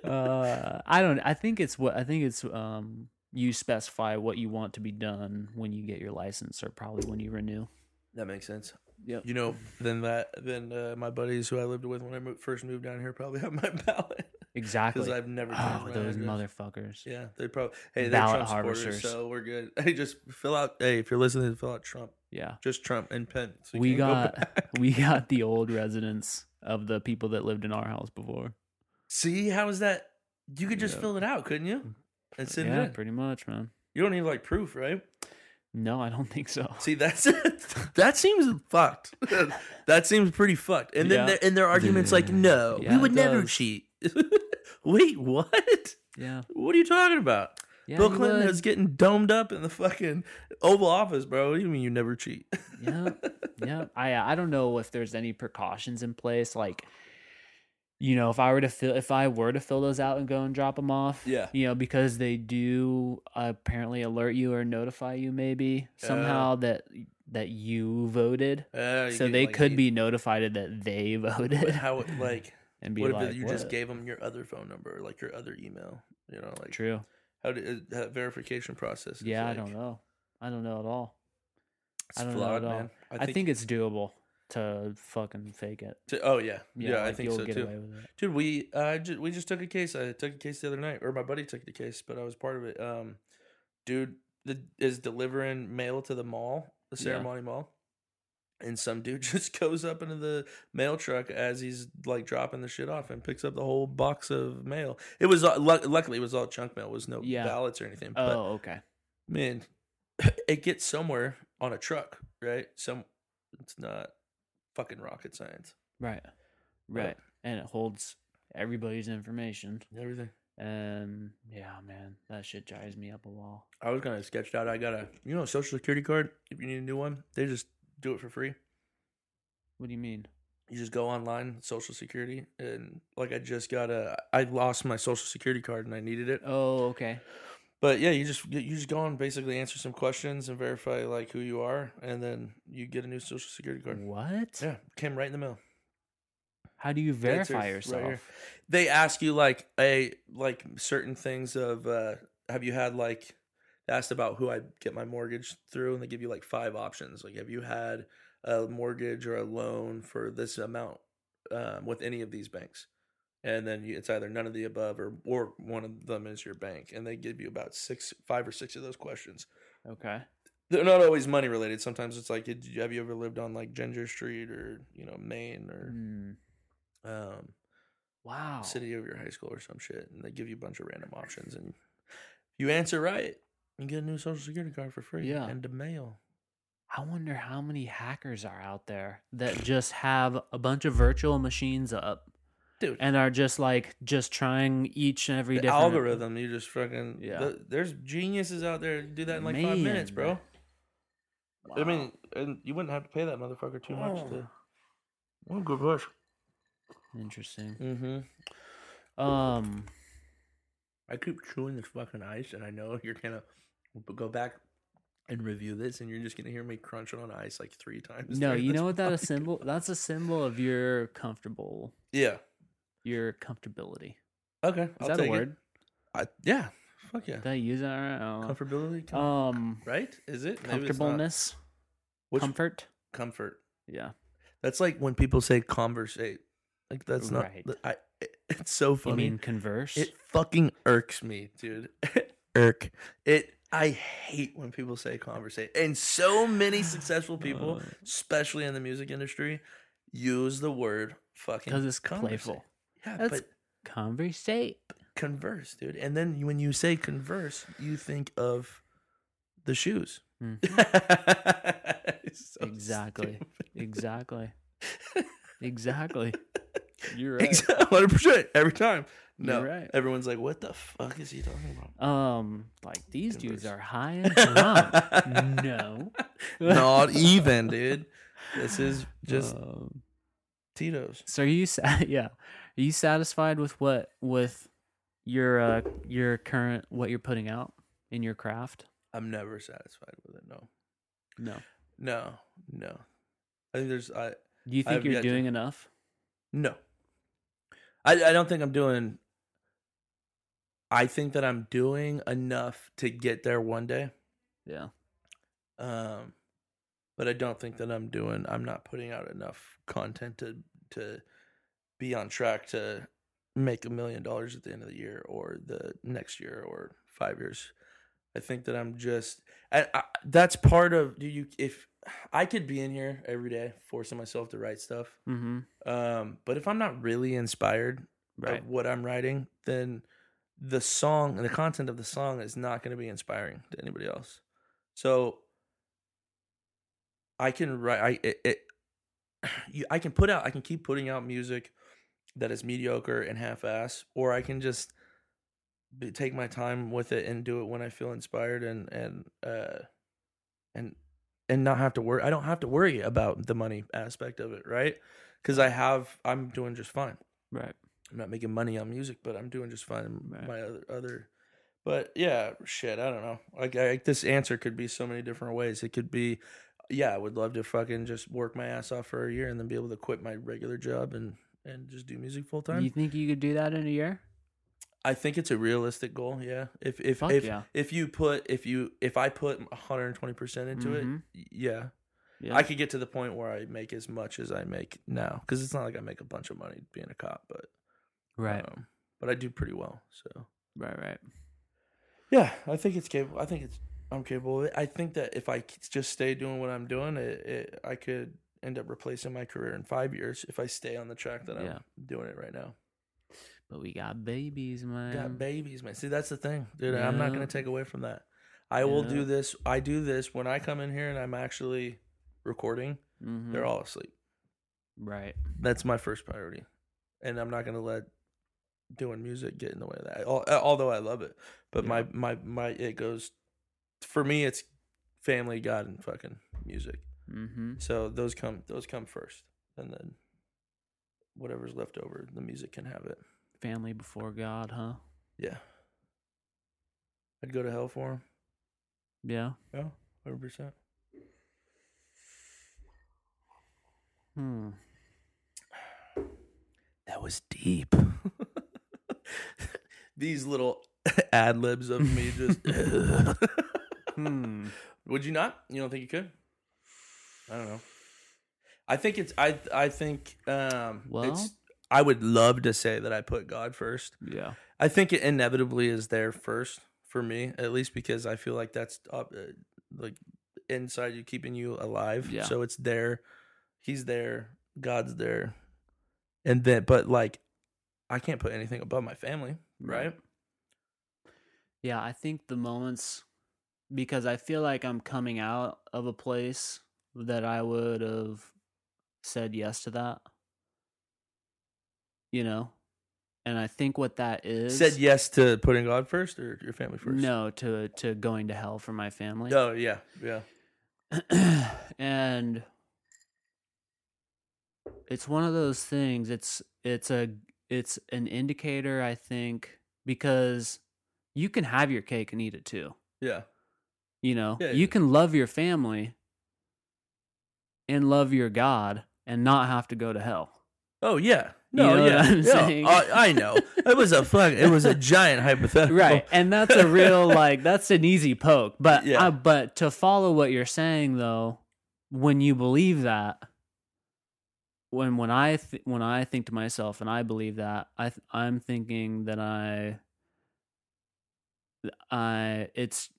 Uh, I don't. I think it's what I think it's. Um, you specify what you want to be done when you get your license, or probably when you renew. that makes sense. Yep. You know, then that then uh, my buddies who I lived with when I moved, first moved down here probably have my ballot because Exactly. I've never. changed Oh, my those address. motherfuckers. Yeah, they probably. Hey, they're Ballot Trump supporters, harvesters. so we're good. Hey, just fill out. Hey, if you're listening, fill out Trump. Yeah. Just Trump and pen. so you We can go got back. we got the old residents of the people that lived in our house before. See, how is that? You could just Yeah. fill it out, couldn't you? And send yeah, it in. pretty much, man. You don't need like proof, right? No, I don't think so. See, that's that seems fucked. that seems pretty fucked. And then Yeah. their and their arguments like, no, Yeah, we it would never does. cheat. Wait, what? Yeah. What are you talking about? yeah Bill you Clinton would. is getting domed up in the fucking Oval Office, bro. What do you mean you never cheat? yeah yeah i i don't know if there's any precautions in place like you know if i were to fill if i were to fill those out and go and drop them off Yeah. you know because they do apparently alert you or notify you maybe somehow that that you voted Uh, you so get, they like, could eight- be notified that they But voted how? Like, and be what if like you just "What?" gave them your other phone number, like your other email? You know, like true how did that verification process? is yeah i like- don't know i don't know at all It's I don't know flawed, at all. man. i think, it's doable to fucking fake it to- oh yeah, yeah, I like, think you'll so get too. away with it. Dude, we uh ju- we just took a case. I took a case the other night, or my buddy took the case, but I was part of it. Um, dude the, is delivering mail to the mall, the Yeah. ceremony mall, and some dude just goes up into the mail truck as he's like dropping the shit off and picks up the whole box of mail. It was all, luck luckily it was all chunk mail. It was no Yeah. ballots or anything. But oh okay man, it gets somewhere on a truck, right? Some it's not fucking rocket science. Right. Right. and it holds everybody's information. Everything. And yeah, man, that shit drives me up a wall. I was kind of sketched out. I got a, you know, social security card. If you need a new one, they just do it for free. What do you mean? You just go online, social security, and like I just got a, I lost my social security card and I needed it. Oh, okay. But yeah, you just you just go and basically answer some questions and verify like who you are, and then you get a new social security card. What? Yeah, came right in the mail. How do you That's verify yours right yourself? here. They ask you like a like certain things of uh have you had like they asked about who I get my mortgage through and they give you like five options like have you had a mortgage or a loan for this amount um, with any of these banks and then you, it's either none of the above or or one of them is your bank and they give you about six five or six of those questions Okay. they're not always money related sometimes it's like did you, have you ever lived on like Ginger Street or you know Maine or Mm. um Wow. city of your high school or some shit, and they give you a bunch of random options, and you answer right, you get a new social security card for free, Yeah. and a mail. I wonder how many hackers are out there that just have a bunch of virtual machines up Dude. and are just like just trying each and every The different algorithm, you just fucking Yeah. th- there's geniuses out there to do that in like five Man. minutes, bro. I Wow. mean, and you wouldn't have to pay that motherfucker too much. Oh. To... Oh, good push. Interesting. Mm-hmm. Um, I keep chewing this fucking ice, and I know you're gonna go back and review this, and you're just gonna hear me crunching on ice like three times. no, during you this know what that a podcast. symbol? That's a symbol of your comfortable, Yeah. your comfortability. Okay. Is I'll that a take it. word? I, yeah. Fuck yeah. Did I use it? I don't Comfortability. know. com- Uh, Um, right? Is it Maybe it's not. comfortableness, Which comfort. comfort? Yeah, That's like when people say conversate. Like that's not. Right. th- I. It, it's so you funny. mean converse? It fucking irks me, dude. Irk. It. I hate when people say conversate, and so many successful people, Uh. especially in the music industry, use the word fucking because it's conversate. playful. Yeah, That's- but Conversate. converse, dude. And then when you say converse, you think of the shoes. Mhm. It's so Exactly. stupid. Exactly. exactly. You're right. Exactly, hundred percent every time. No, You're right. everyone's like, "What the fuck is he talking about?" Um, like these dudes Converse. are high and drunk. no, Not even, dude. This is just Um, Tito's. so are you? Sa- yeah, are you satisfied with what with your uh your current what you're putting out in your craft? I'm never satisfied with it. No, No. no, no. I think there's I Do you think I've you're yet to- doing enough? no. I I don't think I'm doing. I think that I'm doing enough to get there one day. Yeah. um but i don't think that i'm doing i'm not putting out enough content to to be on track to make a million dollars at the end of the year or the next year or five years i think that i'm just I, I, that's part of do you if i could be in here every day forcing myself to write stuff Mm-hmm. um but if i'm not really inspired Right. of what i'm writing then the song and the content of the song is not going to be inspiring to anybody else so I can write. I it, it you, I can put out. I can keep putting out music that is mediocre and half-ass, or I can just b- take my time with it and do it when I feel inspired and and uh and and not have to worry. I don't have to worry about the money aspect of it, right? Because I have. I'm doing just fine. Right. I'm not making money on music, but I'm doing just fine. in Right. My other, other, but yeah, shit. I don't know. Like, I, this answer could be so many different ways. It could be, yeah, I would love to fucking just work my ass off for a year and then be able to quit my regular job and and just do music full time. You think you could do that in a year? I think it's a realistic goal. Yeah. If if Fuck if yeah. if you put if you if I put 120 percent into Mhm. it, y- yeah, Yeah. I could get to the point where I make as much as I make now because it's not like I make a bunch of money being a cop, but right. um, but I do pretty well. So. Right. Right. Yeah, I think it's capable. I think it's I'm capable of it. I think that if I c- just stay doing what I'm doing, it, it I could end up replacing my career in five years if I stay on the track that I'm Yeah. doing it right now. But we got babies, man. Got babies, man. See, that's the thing, dude. I'm not Yeah. gonna take away from that. I will Yeah. do this. I do this when I come in here and I'm actually recording. Mhm. They're all asleep. right. That's my first priority, and I'm not gonna let doing music get in the way of that. Al- Although I love it, but Yeah. my my my it goes for me. It's family, God, and fucking music. Mm-hmm. So those come those come first, and then whatever's left over, the music can have it. Family before God, huh? Yeah, I'd go to hell for him. Yeah. Yeah, hundred percent. Hmm. That was deep. These little ad libs of me just. Hmm. Would you not? You don't think you could? I don't know. I think it's I I think um Well- it's I would love to say that I put God first. Yeah. I think it inevitably is there first for me, at least because I feel like that's up, uh, like inside you keeping you alive. Yeah. So it's there. He's there. God's there. And then but like I can't put anything above my family, right? Yeah, I think the moments because I feel like I'm coming out of a place that I would have said yes to that. You know? And I think what that is Said yes to putting God first or your family first? no to to going to hell for my family. No, yeah, yeah. and it's one of those things it's it's a it's an indicator I think because you can have your cake and eat it too. Yeah. You know, Yeah, you yeah. can love your family and love your God and not have to go to hell. Oh yeah. No, know what yeah. I'm yeah. saying? I, I know. It was a fuck it was a giant hypothetical. Right. And that's a real like that's an easy poke, but Yeah. uh, but to follow what you're saying though, when you believe that when when I th- when I think to myself and I believe that, I th- I'm thinking that I I it's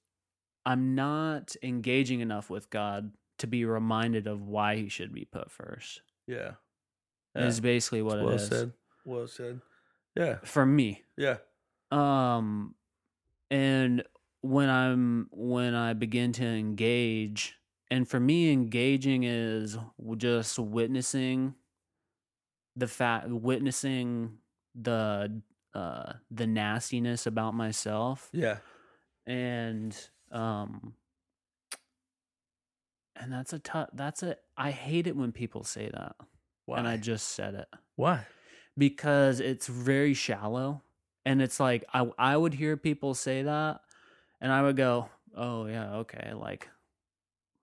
I'm not engaging enough with God to be reminded of why he should be put first. Yeah. Yeah. Is basically what well it is said. Well said. Yeah. for me. Yeah. um and when i'm when i begin to engage and for me engaging is w- just witnessing the fact witnessing the uh the nastiness about myself Yeah. and um and that's a tough that's a i hate it when people say that Why? and i just said it Why? because it's very shallow and it's like I I would hear people say that and I would go, "Oh yeah, okay, like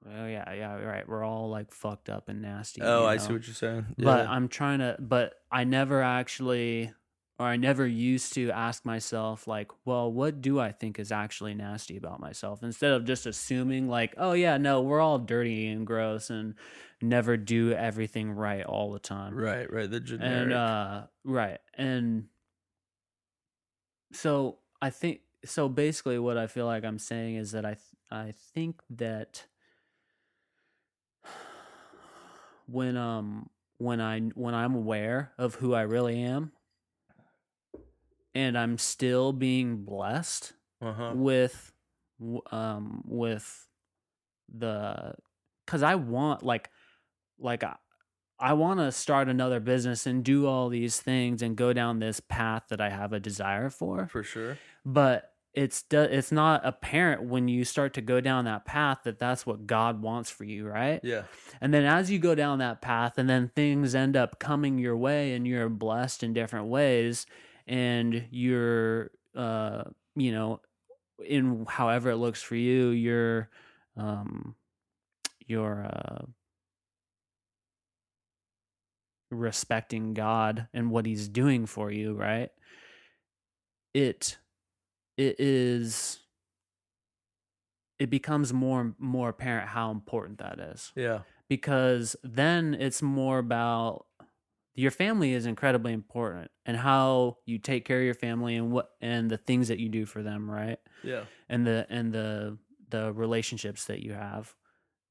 oh yeah, yeah, right. We're all like fucked up and nasty." Oh, you I know? see what you're saying. But Yeah. I'm trying to but I never actually or I never used to ask myself like, "Well, what do I think is actually nasty about myself?" instead of just assuming like, "Oh yeah, no, we're all dirty and gross and never do everything right all the time." right, right. The generic. and uh right and so i think so basically what i feel like i'm saying is that i th- i think that when um when i when i'm aware of who i really am and i'm still being blessed uh-huh. with w- um with the cuz I want like like I, I want to start another business and do all these things and go down this path that I have a desire for For sure. but it's do- it's not apparent when you start to go down that path that that's what God wants for you right Yeah. and then as you go down that path, and then things end up coming your way, and you're blessed in different ways, and you're, uh, you know, in however it looks for you, you're, um, you're, uh, respecting God and what he's doing for you, right? It, it is, it becomes more, more apparent how important that is Yeah. because then it's more about your family is incredibly important and how you take care of your family and what and the things that you do for them right Yeah. and the and the the relationships that you have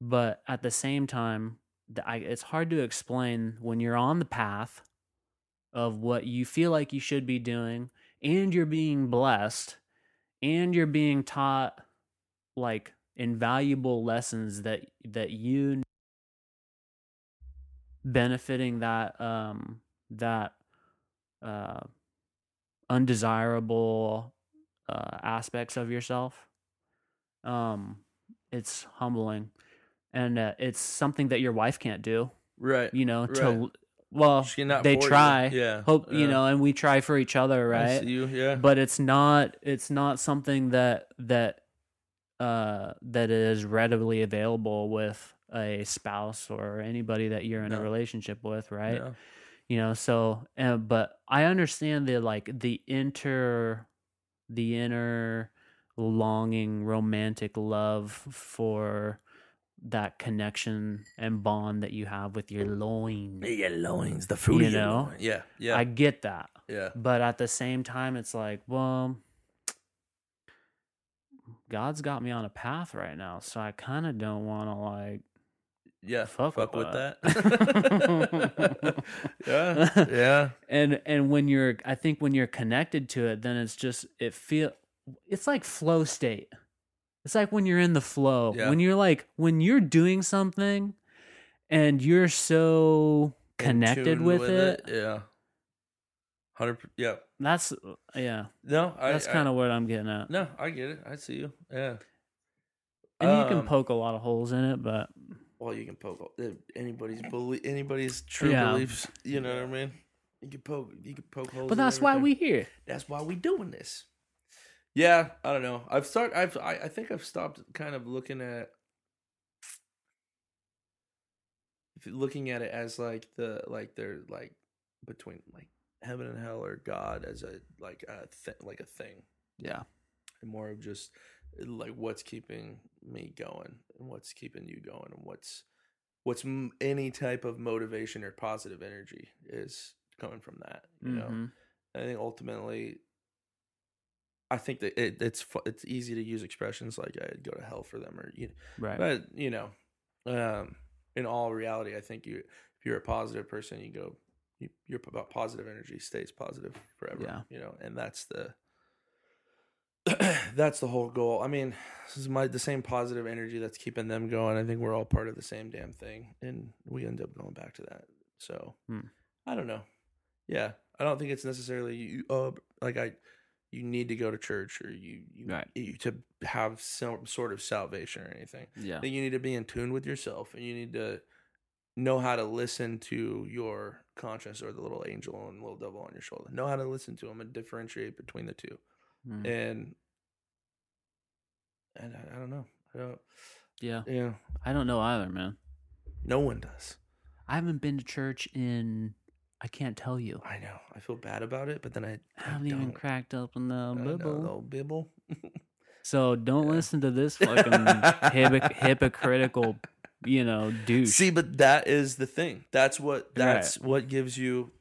but at the same time the, I, it's hard to explain when you're on the path of what you feel like you should be doing and you're being blessed and you're being taught like invaluable lessons that that you benefiting that um that uh undesirable uh aspects of yourself um it's humbling and uh, it's something that your wife can't do Right. you know to Eh, Right. well She not they for you. try Yeah. hope you yeah. know and we try for each other I right see you. Yeah. but it's not it's not something that that uh that is readily available with a spouse or anybody that you're in a No. relationship with right Yeah. you know so uh, but i understand the like the inter the inner longing romantic love for that connection and bond that you have with your loin Your loins, the fruit You of your know? loin. Yeah. Yeah. i get that yeah. but at the same time it's like well god's got me on a path right now so i kind of don't want to like Yeah. fuck with with that. that. yeah. Yeah. and and when you're i think when you're connected to it then it's just it feel it's like flow state It's like when you're in the flow. Yeah. When you're like when you're doing something and you're so In connected tune with, it, Yeah. Hundred. per- Yeah. that's yeah. No, I, That's kind of what I'm getting at. No, I get it. I see you. Yeah. And you can Um, poke a lot of holes in it, but Well, you can poke all- uh, anybody's belie- anybody's true Yeah. beliefs. You know what I mean? You can poke. You can poke holes. but in that's why everything. we here. That's why we doing this. Yeah, I don't know. I've start. I've. I, I think I've stopped kind of looking at. if you're Looking at it as like the like they're like between like heaven and hell or God as a like a th- like a thing Yeah. and more of just like what's keeping me going and what's keeping you going and what's what's m- any type of motivation or positive energy is coming from that you know Mhm. i think ultimately i think that it, it's fu- it's easy to use expressions like i'd go to hell for them or you Right. but you know um in all reality i think you if you're a positive person you go you, you're about positive energy stays positive forever Yeah. you know and that's the that's the whole goal i mean this is my the same positive energy that's keeping them going i think we're all part of the same damn thing and we end up going back to that so Hmm. i don't know yeah i don't think it's necessarily you uh, like i you need to go to church or you, you, Right. you to have some sort of salvation or anything Yeah. I think you need to be in tune with yourself and you need to know how to listen to your conscience or the little angel and little devil on your shoulder. Know how to listen to them and differentiate between the two. Mm. And and I, I don't know. I don't yeah. yeah. I don't know either, man. No one does. I haven't been to church in I can't tell you. I know. I feel bad about it, but then I, I haven't even don't. cracked open the I know, bubble. the old bibble. So don't Yeah. listen to this fucking hypoc- hypocritical, you know, douche. See, but that is the thing. That's what Right. that's what gives you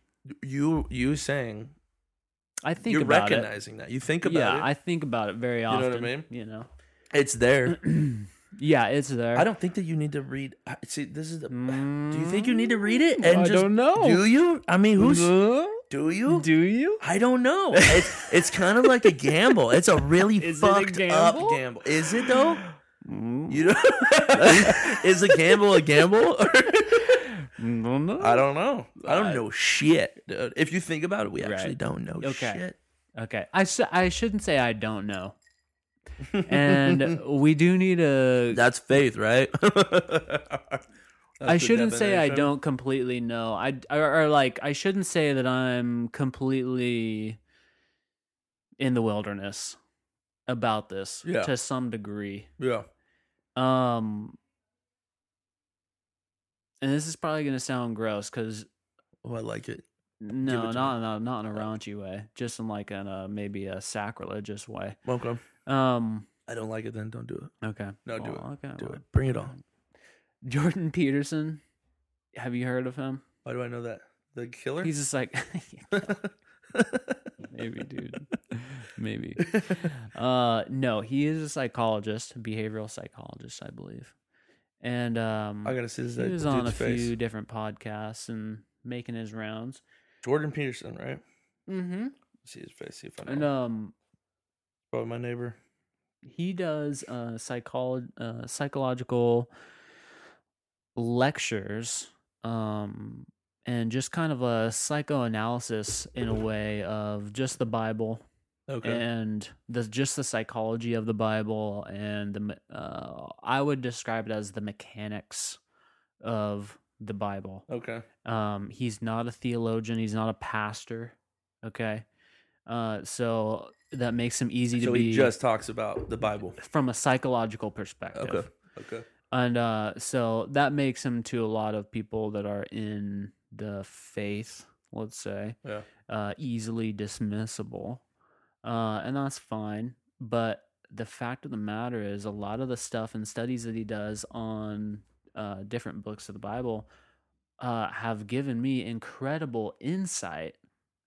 you you saying I think you're about it. recognizing that. You think about yeah, it. I think about it very know often. what I mean? You know. it's there. yeah, it's there. I don't think that you need to read. I- See, this is. The, Mm, Do you think you need to read it? And I just, don't know. Do you? I mean, who's? Uh, Do you? Do you? I don't know. It's, it's kind of like a gamble. It's a really Is it a fucked gamble? up gamble. Is it though? Mm, You know, is a gamble a gamble? mm, don't know. I don't know. I I- don't know shit. Dude. If you think about it, we Right. actually don't know Okay. shit. Okay. I s- I shouldn't say I don't know. And we do need a That's faith, right? I shouldn't say I don't completely know. I or, or like I shouldn't say that I'm completely in the wilderness about this Yeah. to some degree. Yeah. Um and this is probably going to sound gross cuz Oh, I like it. no, to not not not in a raunchy way, just in like in a maybe a sacrilegious way. Welcome. Um I don't like it. Then don't do it. okay. No, do Well, Okay. Do well. it. Bring it on. Jordan Peterson. Have you heard of him? Why do I know that? The killer? He's just like maybe dude maybe uh no he is a psychologist behavioral psychologist i believe and um I gotta see this. he was on a dude's face. few different podcasts and making his rounds Jordan Peterson, right? mm-hmm See his face. See if I know. and him. um Probably my neighbor. he does uh psycholo- uh psychological lectures um and just kind of a psychoanalysis in a way of just the bible Okay. and the just the psychology of the Bible and the me- uh, I would describe it as the mechanics of the Bible. okay. Um, he's not a theologian. He's not a pastor. Okay, uh, so that makes him easy to So be he just talks about the Bible. from a psychological perspective. Okay. Okay. And uh, so that makes him to a lot of people that are in the faith, let's say, Yeah. uh, easily dismissible. Uh, and that's fine. But the fact of the matter is, a lot of the stuff and studies that he does on uh, different books of the Bible uh, have given me incredible insight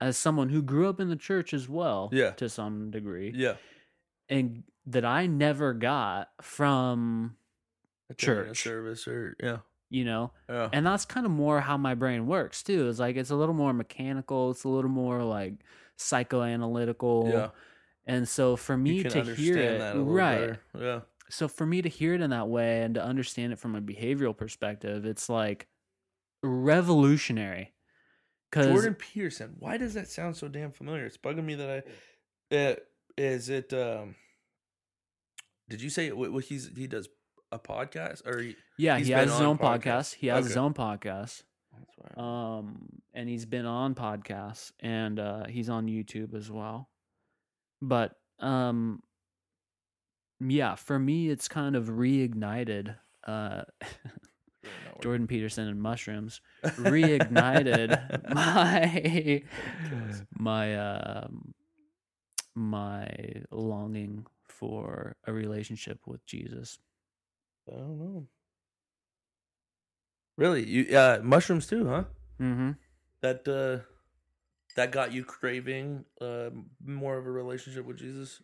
as someone who grew up in the church as well, Yeah. to some degree, Yeah. and that I never got from Attending a Church. service or yeah. you know Yeah. and that's kind of more how my brain works too it's like it's a little more mechanical it's a little more like psychoanalytical yeah. and so for You me can to hear understand it that a little right better. Yeah. so for me to hear it in that way and to understand it from a behavioral perspective, it's like revolutionary. Because Jordan Peterson. Why does that sound so damn familiar? It's bugging me that I. Uh, is it? um Did you say what, what he's he does a podcast or? He, yeah, he's he has been his on own podcast. podcasts. He has his Okay. own podcast. oh, That's why. um, and he's been on podcasts and uh, he's on YouTube as well. But um, yeah, for me, it's kind of reignited. Uh, Jordan Peterson and mushrooms reignited my Yes. my um, my longing for a relationship with Jesus. I don't know. Really, you uh, mushrooms too, huh? Mm-hmm. That uh, that got you craving uh, more of a relationship with Jesus,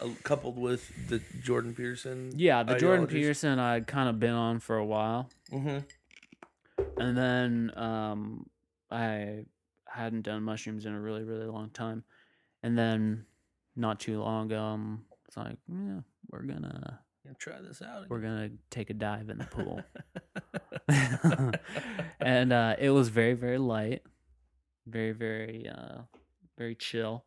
uh, coupled with the Jordan Peterson. Yeah, the Jordan ideologies? Peterson I'd kind of been on for a while. Mhm. and then um i hadn't done mushrooms in a really really long time and then not too long ago um it's like yeah we're gonna Yeah, Try this out. we're gonna take a dive in the pool again. and uh it was very very light very very uh very chill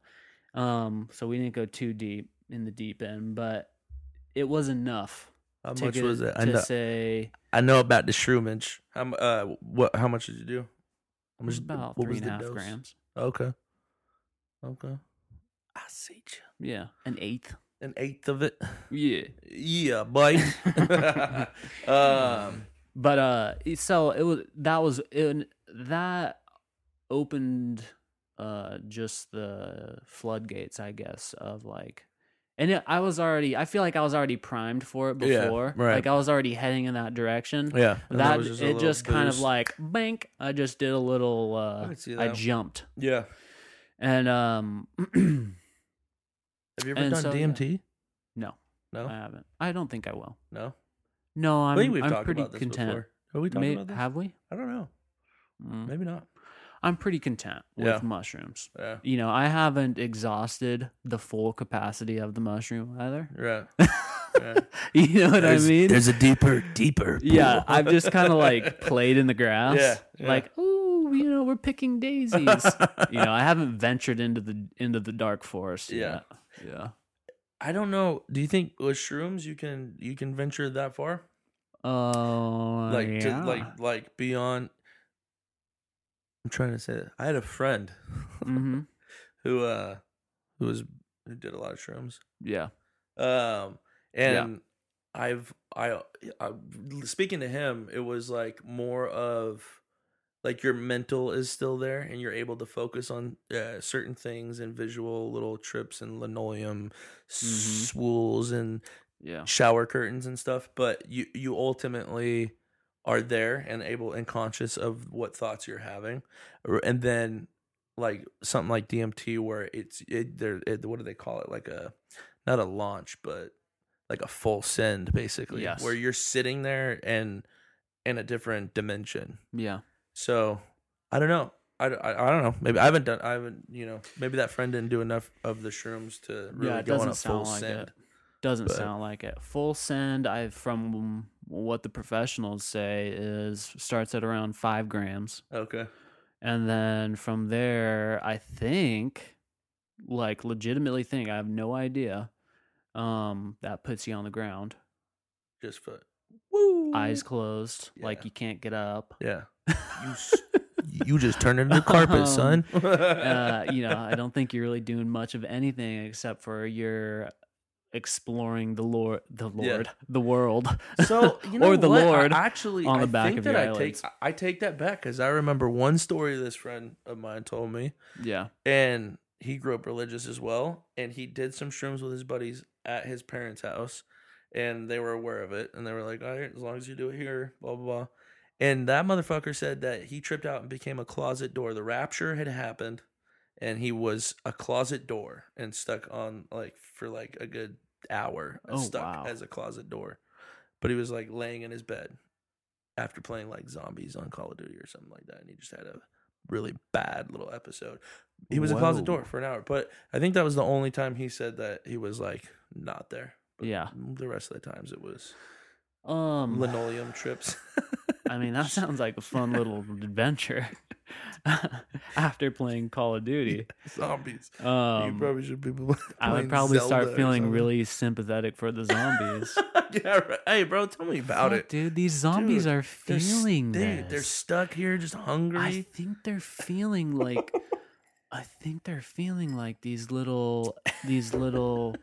um so we didn't go too deep in the deep end but it was enough How to, much get was it- it? I to know, say I know about the shroomage. How m- uh what how much did you do? How it was much- about what three was and a the half dose? grams Okay. Okay. I see you. yeah an eighth An eighth of it. yeah Yeah, boy. um but uh it- so it was that was it, that opened uh just the floodgates i guess of like and it, i was already i feel like i was already primed for it Yeah, before right. like i was already heading in that direction yeah. and that was a it little just kind of boost. like bank i just did a little I uh could see i that. jumped Yeah. and um Have you ever and done so, yeah. DMT? no No. i haven't i don't think i will no. no i'm, I think we've I'm talked pretty about this content before. Have we talked May- about this? have we I don't know. Mm. Maybe not. i'm pretty content with Yeah. mushrooms Yeah. you know, I haven't exhausted the full capacity of the mushroom either. Right. Yeah. you know what I mean? a deeper, deeper. yeah, pool. I've just kind of like played in the grass. Yeah, yeah. Like, ooh, you know, we're picking daisies. you know, I haven't ventured into the into the dark forest. Yeah. Yet. Yeah. I don't know. Do you think with shrooms you can you can venture that far? Oh, Like yeah. to like like beyond I'm trying to say that. I had a friend hmm who uh who was who did a lot of shrooms. Yeah. Um Yeah. and I've I, I speaking to him it was like more of like your mental is still there and you're able to focus on uh, certain things and visual little trips and linoleum Mhm. swools and Yeah. shower curtains and stuff, but you you ultimately are there and able and conscious of what thoughts you're having, Or- and then like something like DMT where it's it there it, what do they call it like a not a launch but like a full send basically Yes. where you're sitting there and in a different dimension. Yeah. So I don't know. I, I, I don't know. Maybe I haven't done. I haven't. You know. Maybe that friend didn't do enough of the shrooms to really yeah, it go on doesn't a full sound like send. it. Doesn't but- sound like it. Full send, I from what the professionals say is starts at around five grams. Okay. And then from there, I think, like, legitimately think, I have no idea. Um, that puts you on the ground, Just for woo eyes closed, Yeah. like you can't get up. Yeah. You, s- you just turned into carpet, Um, son. uh, you know, I don't think you're really doing much of anything except for you're exploring the Lord, the Yeah. Lord, the world. so you know or the what? I Lord actually on the I back think of that your I eyelids. take I take that back because I remember one story this friend of mine told me, yeah. and he grew up religious as well, and he did some shrooms with his buddies at his parents' house, and they were aware of it, and they were like, "All right, as long as you do it here, blah blah blah." And that motherfucker said that he tripped out and became a closet door. The rapture had happened, and he was a closet door and stuck on like for like a good hour Oh, stuck wow. as a closet door. But he was like laying in his bed after playing like zombies on Call of Duty or something like that, and he just had a really bad little episode. He was a closet Whoa. door for an hour, but I think that was the only time he said that he was like not there. But Yeah. The rest of the times it was Um, linoleum trips. I mean, that sounds like a fun little adventure after playing Call of Duty. Zombies. you Um, probably should be. I playing would probably Zelda or start feeling something. really sympathetic for the zombies. yeah, right. Hey, bro, tell me about Fuck, it. dude. These zombies Dude, are They're s- feeling dude, they're this. stuck here, just hungry. I think they're feeling like I think they're feeling like these little these little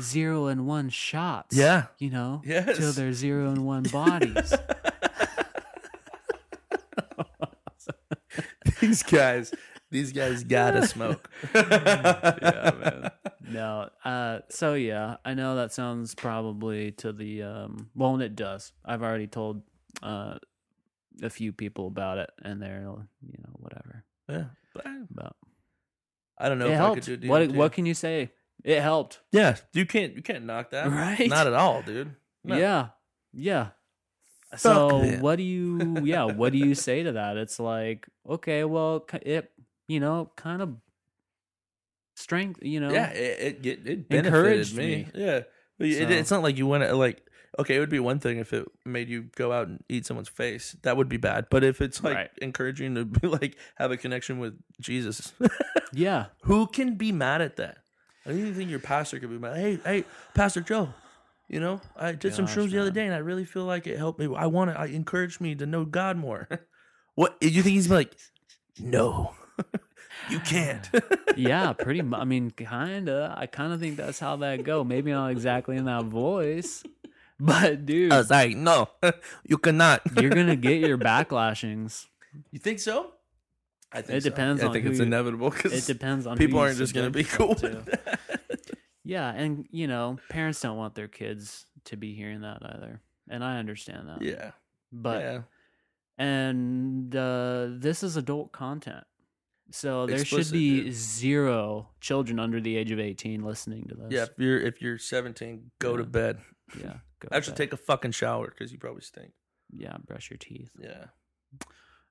zero and one shots. Yeah. You know? Yes. Till they're zero and one bodies. these guys, these guys gotta smoke. Yeah, no. Uh so yeah, I know that sounds probably to the um well and it does. I've already told uh a few people about it and they're you know, whatever. Yeah, but I- But I don't know it if helped. I could do what DMT. what can you say? It helped. Yeah, you can't you can't knock that, Right? Not at all, dude. No. Yeah. Yeah. so Fuck them. what do you yeah, what do you say to that? It's like, okay, well ki- it you know, kind of strength, you know. Yeah, it it, it, it benefited Encouraged me. me. Yeah, But it- So- it's not like you went like okay, it would be one thing if it made you go out and eat someone's face. That would be bad. But if it's like Right. encouraging to be like have a connection with Jesus, Yeah. who can be mad at that? I don't even think your pastor could be mad. Hey, hey, Pastor Joe. You know, I did some Gosh, shrooms the other man. day, and I really feel like it helped me. I want to. I encouraged me to know God more. what you think he's like? No, you can't. Yeah, pretty much. I mean, kinda. I kinda think that's how that go. Maybe not exactly in that voice. But dude, I was like, no, you cannot. you're gonna get your backlashings. You think so? I think It depends I on think who it's you- inevitable because It depends on who people you aren't just going to be subject cool yourself to. with that. Yeah, and you know, parents don't want their kids to be hearing that either. And I understand that. Yeah, Uh, But yeah. and uh, this is adult content. So there Explicit, should be dude. zero children under the age of 18 listening to this. yeah. If you're if you're 17, go to Yeah. bed. Yeah. Go to Actually, bed. take a fucking shower because you probably stink. Yeah, brush your teeth. Yeah.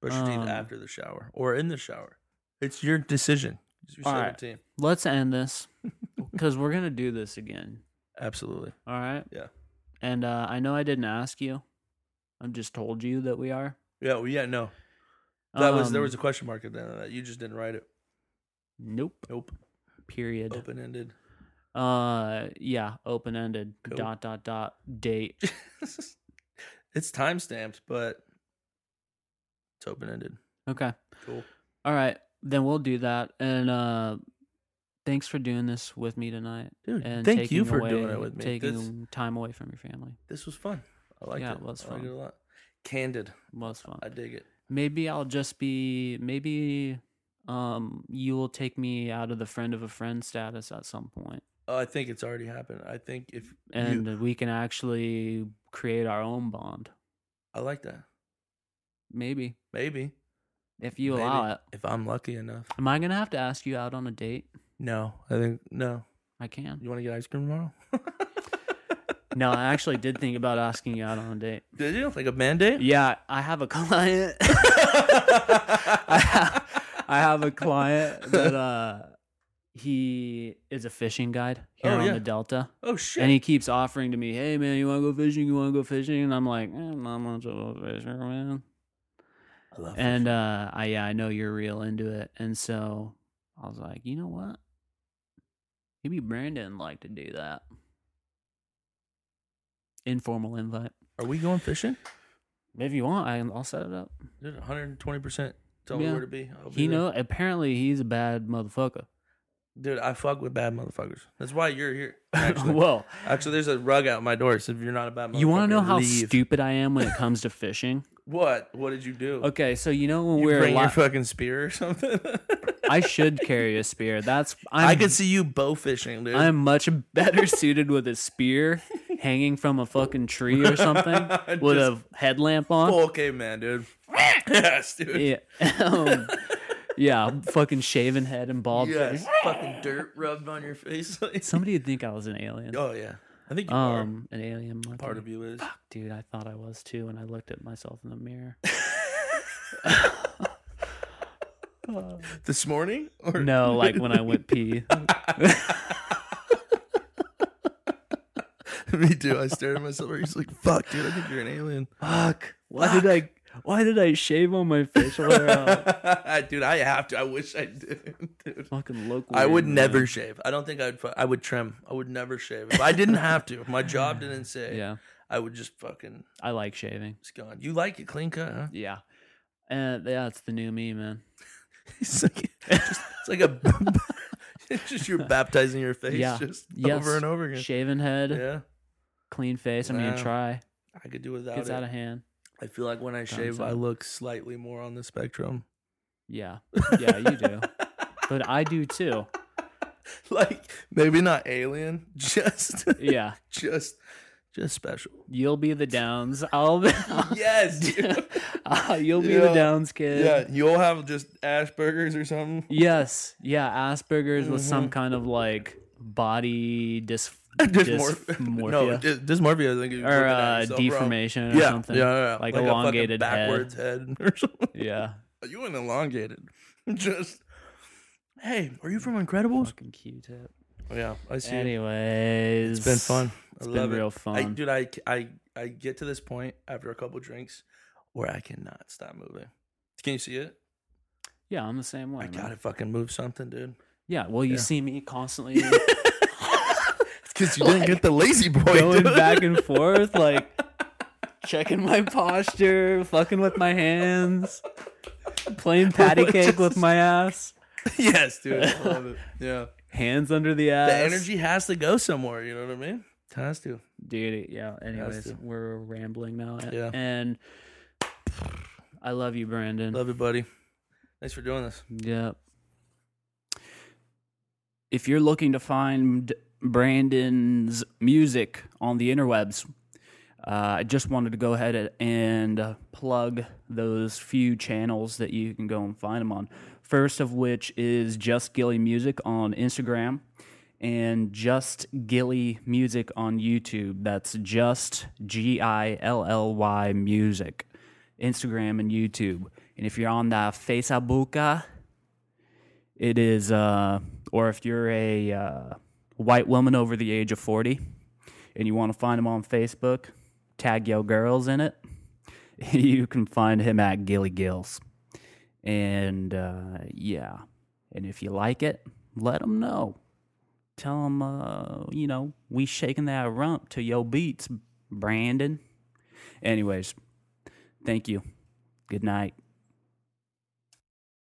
Brush your Um, teeth after the shower or in the shower. It's your decision. You're All right. 17. Let's end this cuz we're going to do this again. Absolutely. All right? Yeah. And uh, I know I didn't ask you. I'm just told you that we are. Yeah. Well, yeah. No, that was there Um, was a question mark at the end of that. You just didn't write it. Nope. Nope. Period. Open ended. Uh yeah, open ended. Cool. Dot dot dot date. it's time stamped, but it's open ended. Okay. Cool. All right. Then we'll do that. And uh thanks for doing this with me tonight. Dude, And thank you taking for doing away- it with me. Taking This, time away from your family. this was fun. I liked Yeah, it. it was I liked fun. it a lot. Candid. Well it's fun. I dig it. Maybe I'll just be maybe um you will take me out of the friend of a friend status at some point. Oh, I think it's already happened. I think if And you, we can actually create our own bond. I like that. Maybe. Maybe If you Maybe. allow it. if I'm lucky enough. Am I gonna have to ask you out on a date? No, I think no. I can. You want to get ice cream tomorrow? No, I actually did think about asking you out on a date. Did you like a mandate? Yeah, I have a client. I have, I have a client that uh, he is a fishing guide here Oh, on yeah. the Delta, oh shit! and he keeps offering to me, "Hey man, you want to go fishing? You want to go fishing?" And I'm like, eh, "I'm not much of a fisher, man." I love And uh, I yeah, I know you're real into it, and so I was like, you know what? Maybe Brandon like to do that. Informal invite. are we going fishing? If you want, I, I'll set it up. Dude, 120. percent Tell me Yeah. where to be. I'll be He there. know apparently he's a bad motherfucker. dude. I fuck with bad motherfuckers. That's why you're here. Actually, well, actually there's a rug out my door. So if you're not a bad motherfucker, you want to know how leave. stupid I am when it comes to fishing? What? What did you do? Okay, so you know when You we're bring your li- fucking spear or something. I should carry a spear. That's I'm, I could see you bow fishing, dude. I'm much better suited with a spear hanging from a fucking tree or something with a headlamp on. full caveman, dude. yes, dude. Yeah. Um, yeah, fucking shaven head and bald. Yes, fucking dirt rubbed on your face. Somebody would think I was an alien. oh yeah, I think you are. Um, an alien. monkey. Part of you is. Dude, I thought I was too, and I looked at myself in the mirror. This morning or No, like when I went pee. Me too. I stared at myself. I was like, "Fuck, dude! I think you're an alien." Fuck. Why did I? Why did I shave on my facial hair? out? dude, I have to. I wish I didn't, dude. Fucking local. I would man. never shave. I don't think I'd. fu- I would trim. I would never shave if I didn't have to. If my job didn't say, Yeah, I would just fucking I like shaving. it's gone. You like it clean cut, huh? Yeah, Uh, and yeah, it's the new me, man. It's like just, it's like a. it's just you're baptizing your face Yeah. just Yes. over and over again. Shaven head, Yeah, clean face. I'm Wow. gonna try. I could do without Gets it. out of hand. I feel like when I shave, I up. look slightly more on the spectrum. Yeah, yeah, you do. But I do too. like maybe not alien, just Yeah, just just special. you'll be the downs. I'll be. Yes, dude. Ah, you'll be Yeah. the downs kid. yeah. You'll have just Asperger's or something. Yes. Yeah. Asperger's with Mm-hmm. some kind of like body dys- Dysmorph- dysmorphia No, dy- dysmorphia. I think or you're looking at uh, yourself wrong. deformation or Yeah, something. yeah, yeah, yeah. Like a fucking elongated head. backwards head. or something. Yeah. Are you an elongated? Just hey, are you from Incredibles? Fucking Q-tip. Mm, Oh, Yeah, I see. it. Anyways, It's been fun. I It's love been it. real I, fun. dude, I, I, I get to this point after a couple drinks where I cannot stop moving. Can you see it? Yeah, I'm the same way. I man. gotta fucking move something, dude. Yeah. Well, you Yeah. see me constantly Because you didn't get the lazy boy. going dude. back and forth, like checking my posture, fucking with my hands, playing patty cake with my ass, yes, dude. I love it. Yeah. hands under the ass. The energy has to go somewhere. You know what I mean? It has to. dude yeah anyways to. we're rambling now Yeah. and i love you brandon Love you, buddy. Thanks for doing this. yep if you're looking to find Brandon's music on the interwebs, uh, I just wanted to go ahead and uh, plug those few channels that you can go and find him on. First of which is Just Gilly Music on Instagram and Just Gilly Music on YouTube. That's just G I L L Y Music, Instagram and YouTube. And if you're on the Facebook, it is uh or if you're a uh, white woman over the age of 40 and you want to find him on facebook tag yo girls in it you can find him at gilly gills and uh, yeah and if you like it let him know tell him uh, you know we shaking that rump to yo beats brandon anyways thank you good night